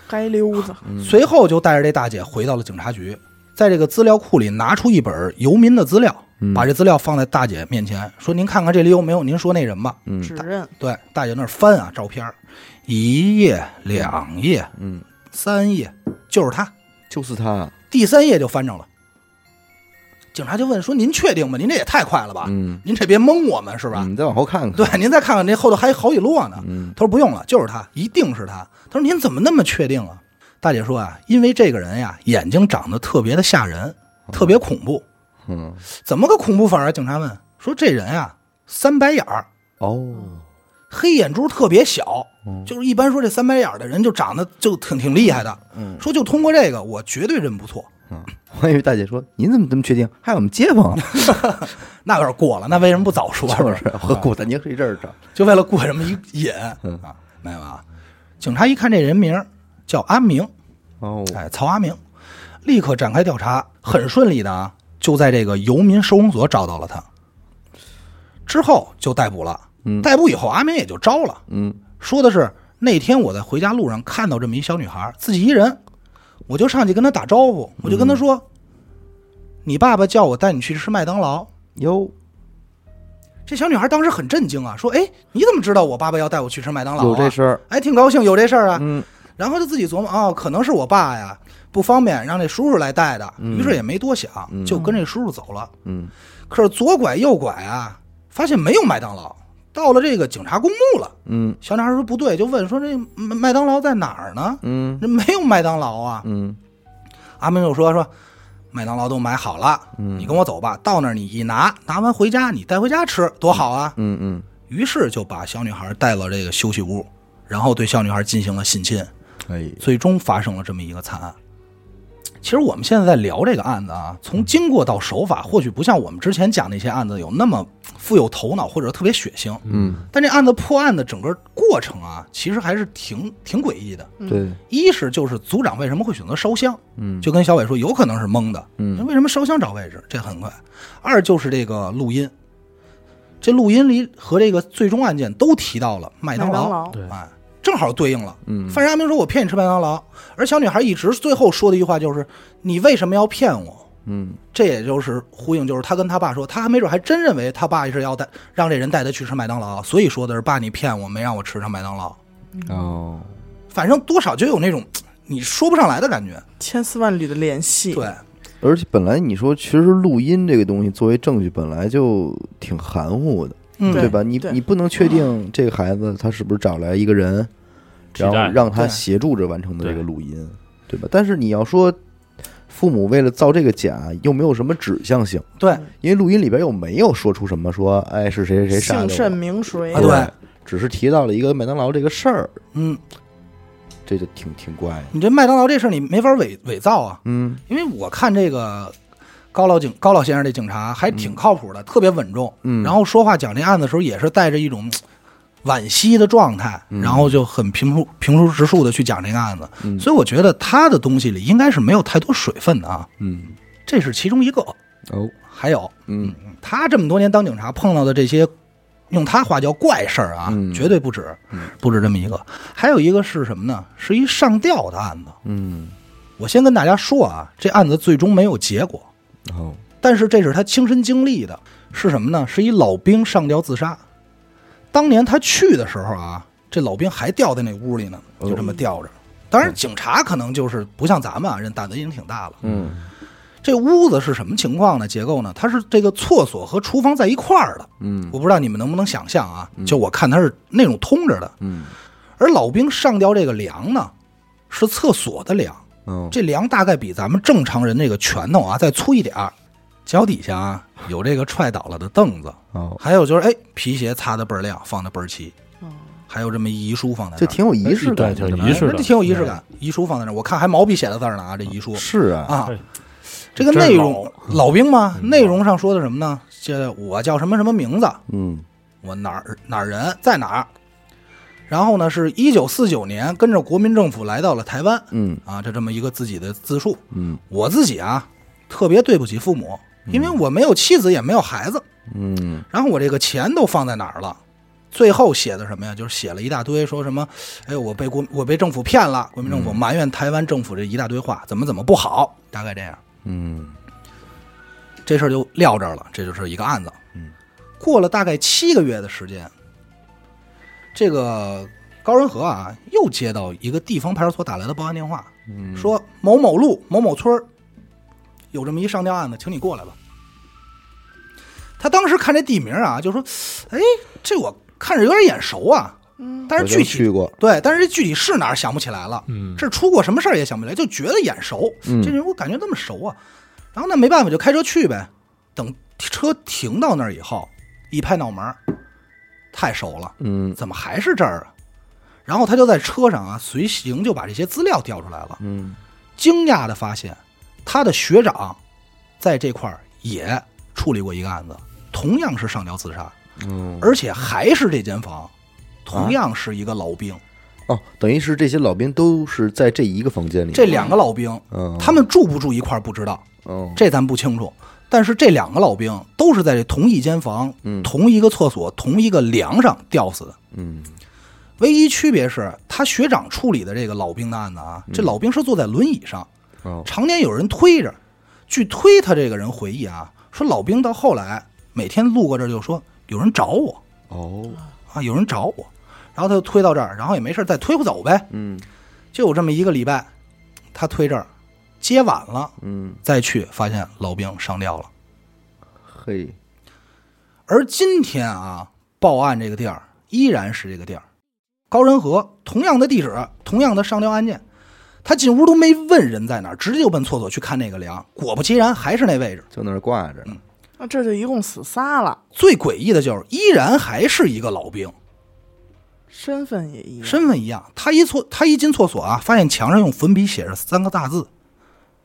Speaker 4: 该溜子，
Speaker 1: 嗯
Speaker 2: 随后就带着这大姐回到了警察局，在这个资料库里拿出一本游民的资料，
Speaker 1: 嗯
Speaker 2: 把这资料放在大姐面前，说：“您看看这里有没有您说那人吧。”
Speaker 1: 嗯
Speaker 4: 指认，
Speaker 2: 对，大姐那儿翻啊，照片儿，一页、两页、
Speaker 1: 嗯，
Speaker 2: 三页，就是他。
Speaker 1: 就是他，啊
Speaker 2: 第三页就翻着了。警察就问说：“您确定吗？您这也太快了吧？
Speaker 1: 嗯，
Speaker 2: 您这别蒙我们是吧？
Speaker 1: 你再往后看看，
Speaker 2: 对，您再看看这后头还有好几摞呢。
Speaker 1: 嗯
Speaker 2: 他说：“不用了，就是他，一定是他。”他说：“您怎么那么确定啊？”大姐说：“啊，因为这个人呀，眼睛长得特别的吓人，特别恐怖。
Speaker 1: 哦嗯
Speaker 2: 怎么个恐怖法啊？”警察问说：“这人呀，三白眼儿，
Speaker 1: 哦
Speaker 2: 黑眼珠特别小，
Speaker 1: 嗯
Speaker 2: 就是一般说这三白眼儿的人就长得就挺挺厉害的。
Speaker 1: 嗯，
Speaker 2: 说就通过这个，我绝对认不错。
Speaker 1: 我还以为大姐说您怎么这么确定，害我们街坊，啊
Speaker 2: 那有点过了，那为什么不早说？
Speaker 1: 就是啊是和古大宁是一阵儿的，
Speaker 2: 就为了过这么一瘾
Speaker 1: 嗯
Speaker 2: 啊？明白吧？警察一看这人名儿叫阿明，
Speaker 1: 哦
Speaker 2: 哎，曹阿明，立刻展开调查，很顺利的啊，就在这个游民收容所找到了他。之后就逮捕了，
Speaker 1: 嗯
Speaker 2: 逮捕以后阿明也就招了，
Speaker 1: 嗯
Speaker 2: 说的是那天我在回家路上看到这么一小女孩，自己一人，我就上去跟她打招呼，我就
Speaker 1: 嗯
Speaker 2: 跟她说：“你爸爸叫我带你去吃麦当劳。
Speaker 1: 哟，”
Speaker 2: 这小女孩当时很震惊啊，说：“哎，你怎么知道我爸爸要带我去吃麦当劳、啊？”
Speaker 1: 有这事儿，
Speaker 2: 哎，挺高兴有这事儿啊。
Speaker 1: 嗯
Speaker 2: 然后就自己琢磨，哦，可能是我爸呀不方便，让这叔叔来带的，
Speaker 1: 嗯
Speaker 2: 于是也没多想，
Speaker 1: 嗯
Speaker 2: 就跟这叔叔走了。
Speaker 1: 嗯
Speaker 2: 可是左拐右拐啊，发现没有麦当劳，到了这个警察公墓了。
Speaker 1: 嗯
Speaker 2: 小男孩说不对，就问说这麦麦当劳在哪儿呢？
Speaker 1: 嗯
Speaker 2: 这没有麦当劳啊。
Speaker 1: 嗯
Speaker 2: 阿明就说说麦当劳都买好了，
Speaker 1: 嗯
Speaker 2: 你跟我走吧，到那儿你一拿，拿完回家你带回家吃，多好啊。
Speaker 1: 嗯嗯，
Speaker 2: 于是就把小女孩带到这个休息屋，然后对小女孩进行了性侵。
Speaker 1: 哎，
Speaker 2: 最终发生了这么一个惨案。其实我们现在在聊这个案子啊，从经过到手法，或许不像我们之前讲那些案子有那么富有头脑或者特别血腥，
Speaker 1: 嗯，
Speaker 2: 但这案子破案的整个过程啊，其实还是挺挺诡异的。
Speaker 1: 对，
Speaker 2: 一是就是组长为什么会选择烧香，
Speaker 1: 嗯
Speaker 2: 就跟小伟说，有可能是蒙的，
Speaker 1: 嗯
Speaker 2: 为什么烧香找位置？这很快。二就是这个录音，这录音里和这个最终案件都提到了麦当
Speaker 4: 麦当
Speaker 2: 劳，
Speaker 4: 劳
Speaker 3: 对
Speaker 2: 哎，正好对应了。
Speaker 1: 嗯
Speaker 2: 范世阿明说：“我骗你吃麦当劳。”而小女孩一直最后说的一句话就是：“你为什么要骗我
Speaker 1: 嗯？”
Speaker 2: 这也就是呼应，就是他跟他爸说，他还没准还真认为他爸是要带让这人带他去吃麦当劳，所以说的是爸，你骗我，没让我吃上麦当劳。
Speaker 1: 哦，
Speaker 2: 反正多少就有那种嘖你说不上来的感觉。
Speaker 4: 千丝万缕的联系。
Speaker 2: 对，
Speaker 1: 而且本来你说，其实录音这个东西作为证据，本来就挺含糊的，
Speaker 2: 嗯，
Speaker 1: 对吧？你
Speaker 4: 对
Speaker 1: 你不能确定这个孩子他是不是找来一个人，
Speaker 3: 替
Speaker 1: 然
Speaker 3: 代
Speaker 1: 后让他
Speaker 2: 对
Speaker 1: 协助着完成的这个
Speaker 3: 对
Speaker 1: 录音，对吧？但是你要说父母为了造这个假，又没有什么指向性，
Speaker 2: 对
Speaker 1: 因为录音里边又没有说出什么说，哎，是谁谁谁杀
Speaker 4: 姓甚
Speaker 1: 的
Speaker 4: 名谁
Speaker 1: 我，
Speaker 2: 啊对，
Speaker 1: 只是提到了一个麦当劳这个事儿，
Speaker 2: 嗯，
Speaker 1: 这就挺挺怪的。
Speaker 2: 你这麦当劳这事儿你没法伪伪造啊，
Speaker 1: 嗯
Speaker 2: 因为我看这个高老警高老先生这警察还挺靠谱的，特别稳重。
Speaker 1: 嗯，
Speaker 2: 然后说话讲这案子的时候也是带着一种嘖惋惜的状态，
Speaker 1: 嗯
Speaker 2: 然后就很平铺平铺直述的去讲这个案子，所以我觉得他的东西里应该是没有太多水分的啊，
Speaker 1: 嗯
Speaker 2: 这是其中一个。
Speaker 1: 哦
Speaker 2: 还有
Speaker 1: 嗯
Speaker 2: 他这么多年当警察碰到的这些，用他话叫怪事儿啊，
Speaker 1: 嗯
Speaker 2: 绝对不止
Speaker 1: 嗯，
Speaker 2: 不止这么一个。还有一个是什么呢？是一上吊的案子。
Speaker 1: 嗯
Speaker 2: 我先跟大家说啊，这案子最终没有结果，
Speaker 1: 哦
Speaker 2: 但是这是他亲身经历的，是什么呢？是一老兵上吊自杀。当年他去的时候啊，这老兵还吊在那屋里呢，就
Speaker 1: 哦
Speaker 2: 这么吊着。当然，警察可能就是不像咱们啊，人胆子已经挺大了。
Speaker 1: 嗯
Speaker 2: 这屋子是什么情况呢？结构呢？它是这个厕所和厨房在一块儿的。
Speaker 1: 嗯
Speaker 2: 我不知道你们能不能想象啊？就我看它是那种通着的，
Speaker 1: 嗯
Speaker 2: 而老兵上吊这个梁呢，是厕所的梁。
Speaker 1: 哦
Speaker 2: 这梁大概比咱们正常人这个拳头啊再粗一点儿，脚底下啊有这个踹倒了的凳子，
Speaker 1: 哦，
Speaker 2: 还有就是哎皮鞋擦的倍儿亮，放的倍儿齐，还有这么一遗书放在那
Speaker 1: 这
Speaker 2: 儿，
Speaker 1: 挺有仪式感的，
Speaker 3: 对挺有
Speaker 2: 哎
Speaker 3: 仪式感
Speaker 2: 这挺有仪式感。遗书放在那儿，我看还毛笔写的字儿呢啊，这遗书
Speaker 1: 是啊，
Speaker 2: 啊
Speaker 3: 哎，
Speaker 2: 这个
Speaker 3: 真
Speaker 2: 内
Speaker 3: 老
Speaker 2: 容老兵嘛，内容上说的什么呢？这我叫什么什么名字，
Speaker 1: 嗯
Speaker 2: 我哪儿哪儿人，在哪儿。然后呢，是一九四九年跟着国民政府来到了台湾
Speaker 1: 嗯
Speaker 2: 啊，这这么一个自己的自述。
Speaker 1: 嗯
Speaker 2: 我自己啊，特别对不起父母，因为我没有妻子，也没有孩子，
Speaker 1: 嗯
Speaker 2: 然后我这个钱都放在哪儿了？最后写的什么呀？就是写了一大堆，说什么，哎呦，我被国我被政府骗了，国民政府埋怨台湾政府这一大堆话，怎么怎么不好，大概这样。
Speaker 1: 嗯
Speaker 2: 这事儿就撂这儿了，这就是一个案子。
Speaker 1: 嗯，
Speaker 2: 过了大概七个月的时间，这个高仁和啊，又接到一个地方派出所打来的报案电话，
Speaker 1: 嗯
Speaker 2: 说某某路某某村儿有这么一上吊案子，请你过来吧。他当时看这地名啊，就说：“哎，这我看着有点眼熟啊，但是
Speaker 1: 我
Speaker 2: 具
Speaker 1: 就
Speaker 2: 体
Speaker 1: 去过，
Speaker 2: 对，但是这具体是哪儿想不起来了。
Speaker 3: 嗯
Speaker 2: 这出过什么事儿也想不起来，就觉得眼熟。
Speaker 1: 嗯
Speaker 2: 这人我感觉那么熟啊。然后那没办法，就开车去呗。等车停到那儿以后，一拍脑门儿，太熟了，
Speaker 1: 嗯
Speaker 2: 怎么还是这儿啊？然后他就在车上啊，随行就把这些资料调出来了。
Speaker 1: 嗯
Speaker 2: 惊讶的发现，他的学长在这块儿也处理过一个案子，同样是上吊自杀，
Speaker 1: 嗯
Speaker 2: 而且还是这间房，同样是一个老兵。
Speaker 1: 哦，等于是这些老兵都是在这一个房间里，
Speaker 2: 这两个老兵
Speaker 1: 嗯
Speaker 2: 他们住不住一块儿不知道，
Speaker 1: 哦
Speaker 2: 这咱不清楚。但是这两个老兵都是在这同一间房、
Speaker 1: 嗯
Speaker 2: 同一个厕所、同一个梁上吊死的。
Speaker 1: 嗯
Speaker 2: 唯一区别是他学长处理的这个老兵的案子啊，这老兵是坐在轮椅上，
Speaker 1: 嗯哦
Speaker 2: 常年有人推着。据推他这个人回忆啊，说老兵到后来每天路过这儿就说有人找我
Speaker 1: 哦
Speaker 2: 啊，有人找我，然后他就推到这儿，然后也没事儿再推不走呗。
Speaker 1: 嗯
Speaker 2: 就有这么一个礼拜，他推这儿，接晚了，
Speaker 1: 嗯
Speaker 2: 再去发现老兵上吊了。
Speaker 1: 嘿
Speaker 2: 而今天啊，报案这个地儿依然是这个地儿，高仁和同样的地址，同样的上吊案件，他进屋都没问人在哪儿，直接就奔厕所去看那个梁，果不其然还是那位置。
Speaker 1: 就那儿挂着呢，
Speaker 4: 那这就一共死仨了。
Speaker 2: 最诡异的就是，依然还是一个老兵，
Speaker 4: 身份也一样，
Speaker 2: 身份一样。他一错，他一进厕所啊，发现墙上用粉笔写着三个大字：“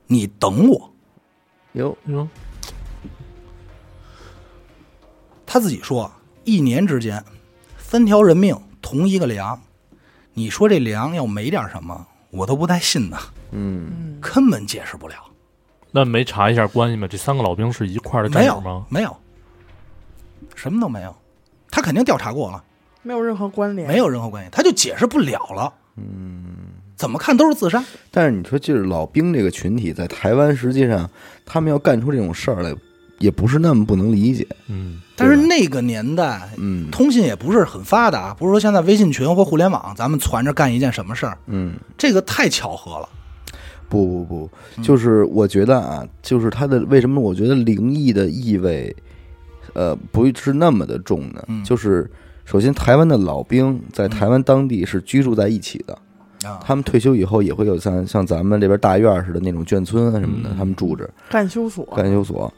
Speaker 2: 你等我。
Speaker 1: 哟，
Speaker 3: 哟，”
Speaker 2: 他自己说，一年之间，三条人命同一个梁。你说这梁要没点什么，我都不太信呢，
Speaker 1: 嗯，
Speaker 2: 根本解释不了。
Speaker 3: 那没查一下关系吗？这三个老兵是一块儿的战
Speaker 2: 没
Speaker 3: 友
Speaker 2: 有
Speaker 3: 吗，？
Speaker 2: 没有，什么都没有。他肯定调查过了，
Speaker 4: 没有任何关联，
Speaker 2: 没有任何关系，他就解释不了了。嗯，怎么看都是自杀。
Speaker 1: 但是你说，就是老兵这个群体在台湾，实际上他们要干出这种事儿来，也不是那么不能理解。
Speaker 3: 嗯，
Speaker 2: 但是那个年代，
Speaker 1: 嗯
Speaker 2: 通信也不是很发达，不是说现在微信群或互联网，咱们攒着干一件什么事儿，
Speaker 1: 嗯，
Speaker 2: 这个太巧合了。
Speaker 1: 不不不，
Speaker 3: 嗯
Speaker 1: 就是我觉得啊，就是它的为什么我觉得灵异的意味，呃，不是那么的重呢？
Speaker 2: 嗯
Speaker 1: 就是首先，台湾的老兵在台湾当地是居住在一起
Speaker 3: 嗯
Speaker 1: 的，
Speaker 2: 啊，
Speaker 1: 他们退休以后也会有像像咱们这边大院儿似的那种眷村啊什么的，
Speaker 3: 嗯
Speaker 1: 他们住着
Speaker 4: 干休所，
Speaker 1: 干休所。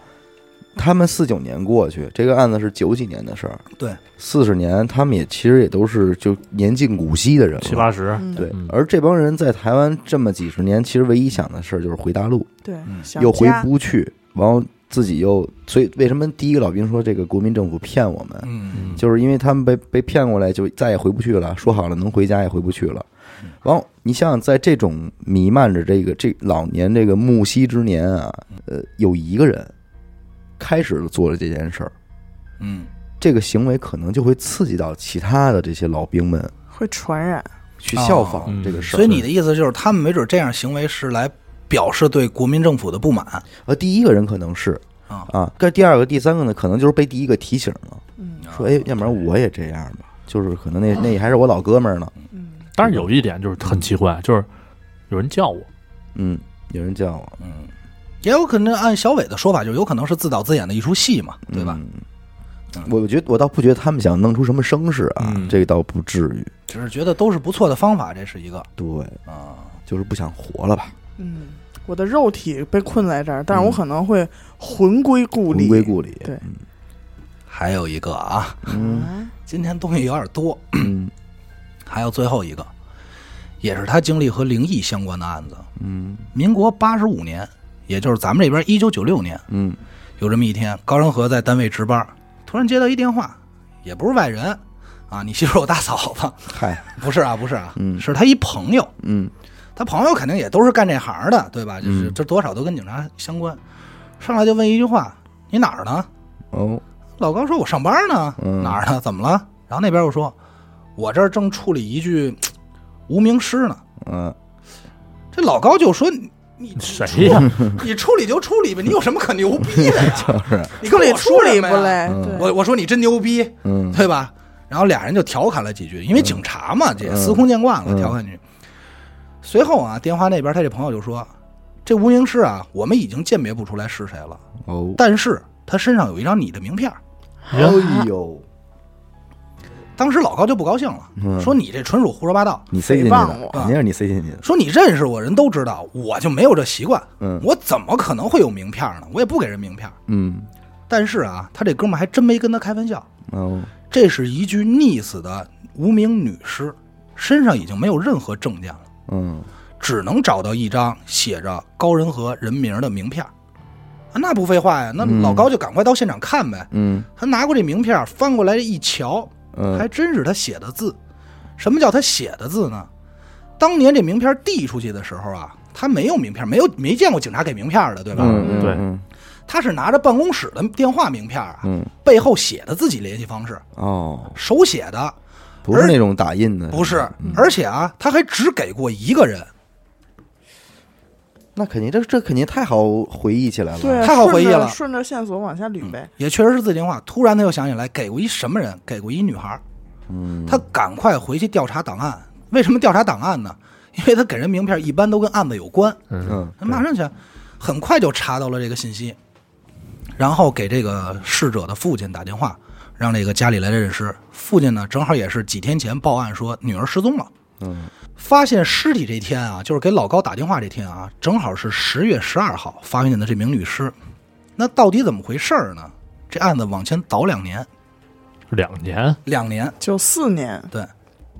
Speaker 1: 他们四九年过去，这个案子是九几年的事儿，
Speaker 2: 对，
Speaker 1: 四十年，他们也其实也都是就年近古稀的人了，
Speaker 3: 七八十，
Speaker 4: 嗯
Speaker 1: 对
Speaker 3: 嗯，
Speaker 1: 而这帮人在台湾这么几十年，其实唯一想的事儿就是回大陆，
Speaker 4: 对，想
Speaker 1: 又回
Speaker 4: 家
Speaker 1: 不去，然后自己又，所以为什么第一个老兵说这个国民政府骗我们，
Speaker 2: 嗯，
Speaker 1: 就是因为他们被被骗过来，就再也回不去了。说好了能回家也回不去了。
Speaker 2: 嗯
Speaker 1: 然后你想想，在这种弥漫着这个这老年这个暮息之年啊，
Speaker 2: 嗯
Speaker 1: 呃，有一个人开始做了这件事儿，
Speaker 2: 嗯，
Speaker 1: 这个行为可能就会刺激到其他的这些老兵们
Speaker 4: 会传染，
Speaker 1: 去
Speaker 2: 哦
Speaker 1: 效仿
Speaker 3: 嗯
Speaker 1: 这个事儿。
Speaker 2: 所以你的意思就是，他们没准这样行为是来表示对国民政府的不满。
Speaker 1: 呃，第一个人可能是
Speaker 2: 啊
Speaker 1: 啊，跟第二个、第三个呢，可能就是被第一个提醒了，
Speaker 4: 嗯
Speaker 1: 说哎，要不然我也这样吧，就是可能那那还是我老哥们儿呢，
Speaker 4: 嗯，
Speaker 3: 但是有一点就是很奇怪，就是有人叫我，
Speaker 1: 嗯，有人叫我，
Speaker 2: 嗯，也有可能按小伟的说法，就是有可能是自导自演的一出戏嘛，对吧？
Speaker 1: 嗯
Speaker 2: 嗯
Speaker 1: 我觉得我倒不觉得他们想弄出什么声势啊，
Speaker 3: 嗯
Speaker 1: 这个倒不至于。
Speaker 2: 只是觉得都是不错的方法，这是一个
Speaker 1: 对，
Speaker 2: 啊，
Speaker 1: 就是不想活了吧，
Speaker 4: 嗯，我的肉体被困在这儿，但是我可能会魂归故里。
Speaker 1: 嗯魂归故里。
Speaker 4: 对
Speaker 2: 还有一个啊，
Speaker 1: 嗯
Speaker 4: 啊，
Speaker 2: 今天东西有点多，
Speaker 1: 嗯
Speaker 2: 还有最后一个，也是他经历和灵异相关的案子。
Speaker 1: 嗯
Speaker 2: 民国八十五年，也就是咱们这边一九九六年，
Speaker 1: 嗯
Speaker 2: 有这么一天，高仁和在单位值班，突然接到一电话，也不是外人啊，你媳妇儿我大嫂子，
Speaker 1: 嗨，
Speaker 2: 不是啊，不是啊，
Speaker 1: 嗯
Speaker 2: 是他一朋友，
Speaker 1: 嗯
Speaker 2: 他朋友肯定也都是干这行的，对吧？就是
Speaker 1: 嗯
Speaker 2: 这多少都跟警察相关，上来就问一句话：“你哪儿呢？”
Speaker 1: 哦
Speaker 2: 老高说：“我上班呢，
Speaker 1: 嗯
Speaker 2: 哪儿呢？怎么了？”然后那边又说：“我这儿正处理一具嘖无名尸呢。
Speaker 1: 嗯、”
Speaker 2: 这老高就说：“你
Speaker 3: 你谁呀？
Speaker 2: 你处理就处理呗，你有什么可牛逼的呀？
Speaker 1: 就是
Speaker 2: 你
Speaker 4: 处
Speaker 2: 跟
Speaker 4: 理
Speaker 2: 我
Speaker 4: 处
Speaker 2: 说
Speaker 4: 理
Speaker 2: 什么
Speaker 4: 不
Speaker 2: 呀
Speaker 4: 嘞？
Speaker 1: 嗯
Speaker 4: 对，
Speaker 2: 我我说你真牛逼，
Speaker 1: 嗯
Speaker 2: 对吧？然后俩人就调侃了几句，因为警察嘛，这也司空见惯了，
Speaker 1: 嗯
Speaker 2: 调侃句。随后啊，电话那边他这朋友就说：“这无名尸啊，我们已经鉴别不出来是谁了，
Speaker 1: 哦，
Speaker 2: 但是他身上有一张你的名片儿。”
Speaker 1: 哎呦，
Speaker 2: 当时老高就不高兴了，
Speaker 1: 嗯
Speaker 2: 说：“你这纯属胡说八道。”
Speaker 1: 你塞进去
Speaker 4: 诽谤
Speaker 1: 的啊
Speaker 4: 我，
Speaker 1: 肯定是你塞进去的。
Speaker 2: 说你认识我人都知道，我就没有这习惯，
Speaker 1: 嗯
Speaker 2: 我怎么可能会有名片呢？我也不给人名片。
Speaker 1: 嗯
Speaker 2: 但是啊，他这哥们儿还真没跟他开玩笑，
Speaker 1: 哦
Speaker 2: 这是一具溺死的无名女尸，身上已经没有任何证件了，
Speaker 1: 嗯
Speaker 2: 只能找到一张写着高仁和人名的名片。啊，那不废话呀，那
Speaker 1: 嗯
Speaker 2: 老高就赶快到现场看呗。
Speaker 1: 嗯
Speaker 2: 他拿过这名片，翻过来一瞧，
Speaker 1: 嗯，
Speaker 2: 还真是他写的字。什么叫他写的字呢？当年这名片递出去的时候啊，他没有名片，没有没见过警察给名片的，对吧？
Speaker 1: 嗯嗯
Speaker 3: 对
Speaker 1: 嗯
Speaker 2: 他是拿着办公室的电话名片啊，
Speaker 1: 嗯
Speaker 2: 背后写的自己联系方式，
Speaker 1: 哦，
Speaker 2: 手写的，
Speaker 1: 不是那种打印的，
Speaker 2: 不是
Speaker 1: 吧。
Speaker 2: 而且啊，他还只给过一个人，
Speaker 1: 那肯定这这肯定太好回忆起来了。
Speaker 4: 对，啊
Speaker 2: 太好回忆
Speaker 4: 顺着
Speaker 2: 了嗯
Speaker 4: 顺着线索往下捋呗。
Speaker 2: 也确实是自己电话。突然他又想起来，给过一什么人？给过一女孩。嗯，他赶快回去调查档案。为什么调查档案呢？因为他给人名片一般都跟案子有关。
Speaker 1: 嗯
Speaker 2: 马上去，很快就查到了这个信息，然后给这个逝者的父亲打电话，让这个家里来认尸。父亲呢，正好也是几天前报案说女儿失踪了。
Speaker 1: 嗯
Speaker 2: 发现尸体这天啊，就是给老高打电话这天啊，正好是十月十二号发现的这名女尸。那到底怎么回事儿呢？这案子往前倒两年，
Speaker 3: 两年，
Speaker 2: 两年，
Speaker 4: 九四年，
Speaker 2: 对，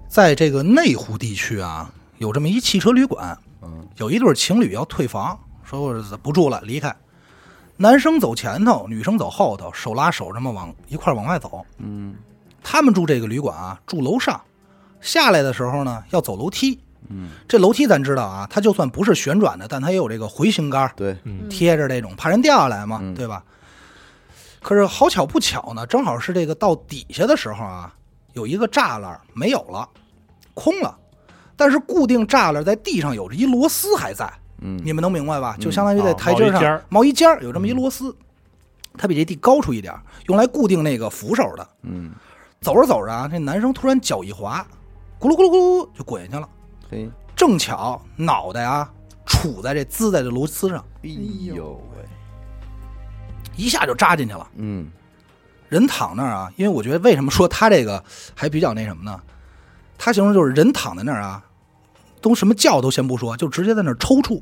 Speaker 2: 在这个内湖地区啊，有这么一汽车旅馆，
Speaker 1: 嗯
Speaker 2: 有一对情侣要退房，说我不住了，离开。男生走前头，女生走后头，手拉手这么往一块儿往外走。
Speaker 1: 嗯
Speaker 2: 他们住这个旅馆啊，住楼上，下来的时候呢要走楼梯。嗯，这楼梯咱知道啊，它就算不是旋转的，但它也有这个回形杆儿
Speaker 1: 对，
Speaker 3: 嗯
Speaker 2: 贴着这种，怕人掉下来嘛，
Speaker 1: 嗯
Speaker 2: 对吧？可是好巧不巧呢，正好是这个到底下的时候啊，有一个栅栏没有了，空了，但是固定栅栏在地上有着一螺丝还在，
Speaker 1: 嗯
Speaker 2: 你们能明白吧？就相当于在
Speaker 3: 啊
Speaker 2: 台阶
Speaker 3: 毛衣尖
Speaker 2: 上
Speaker 3: 儿嗯
Speaker 2: 毛衣尖儿有这么一螺丝，它比这地高出一点儿，用来固定那个扶手的。
Speaker 1: 嗯，
Speaker 2: 走着走着啊，这男生突然脚一滑，咕噜咕噜咕噜就滚下去了，
Speaker 1: 嘿，
Speaker 2: 正巧脑袋啊杵在这滋在这螺丝上，
Speaker 1: 哎
Speaker 4: 呦
Speaker 1: 喂，
Speaker 2: 一下就扎进去了。
Speaker 1: 嗯
Speaker 2: 人躺那儿啊，因为我觉得为什么说他这个还比较那什么呢？他形容就是人躺在那儿啊，都什么叫都先不说，就直接在那儿抽搐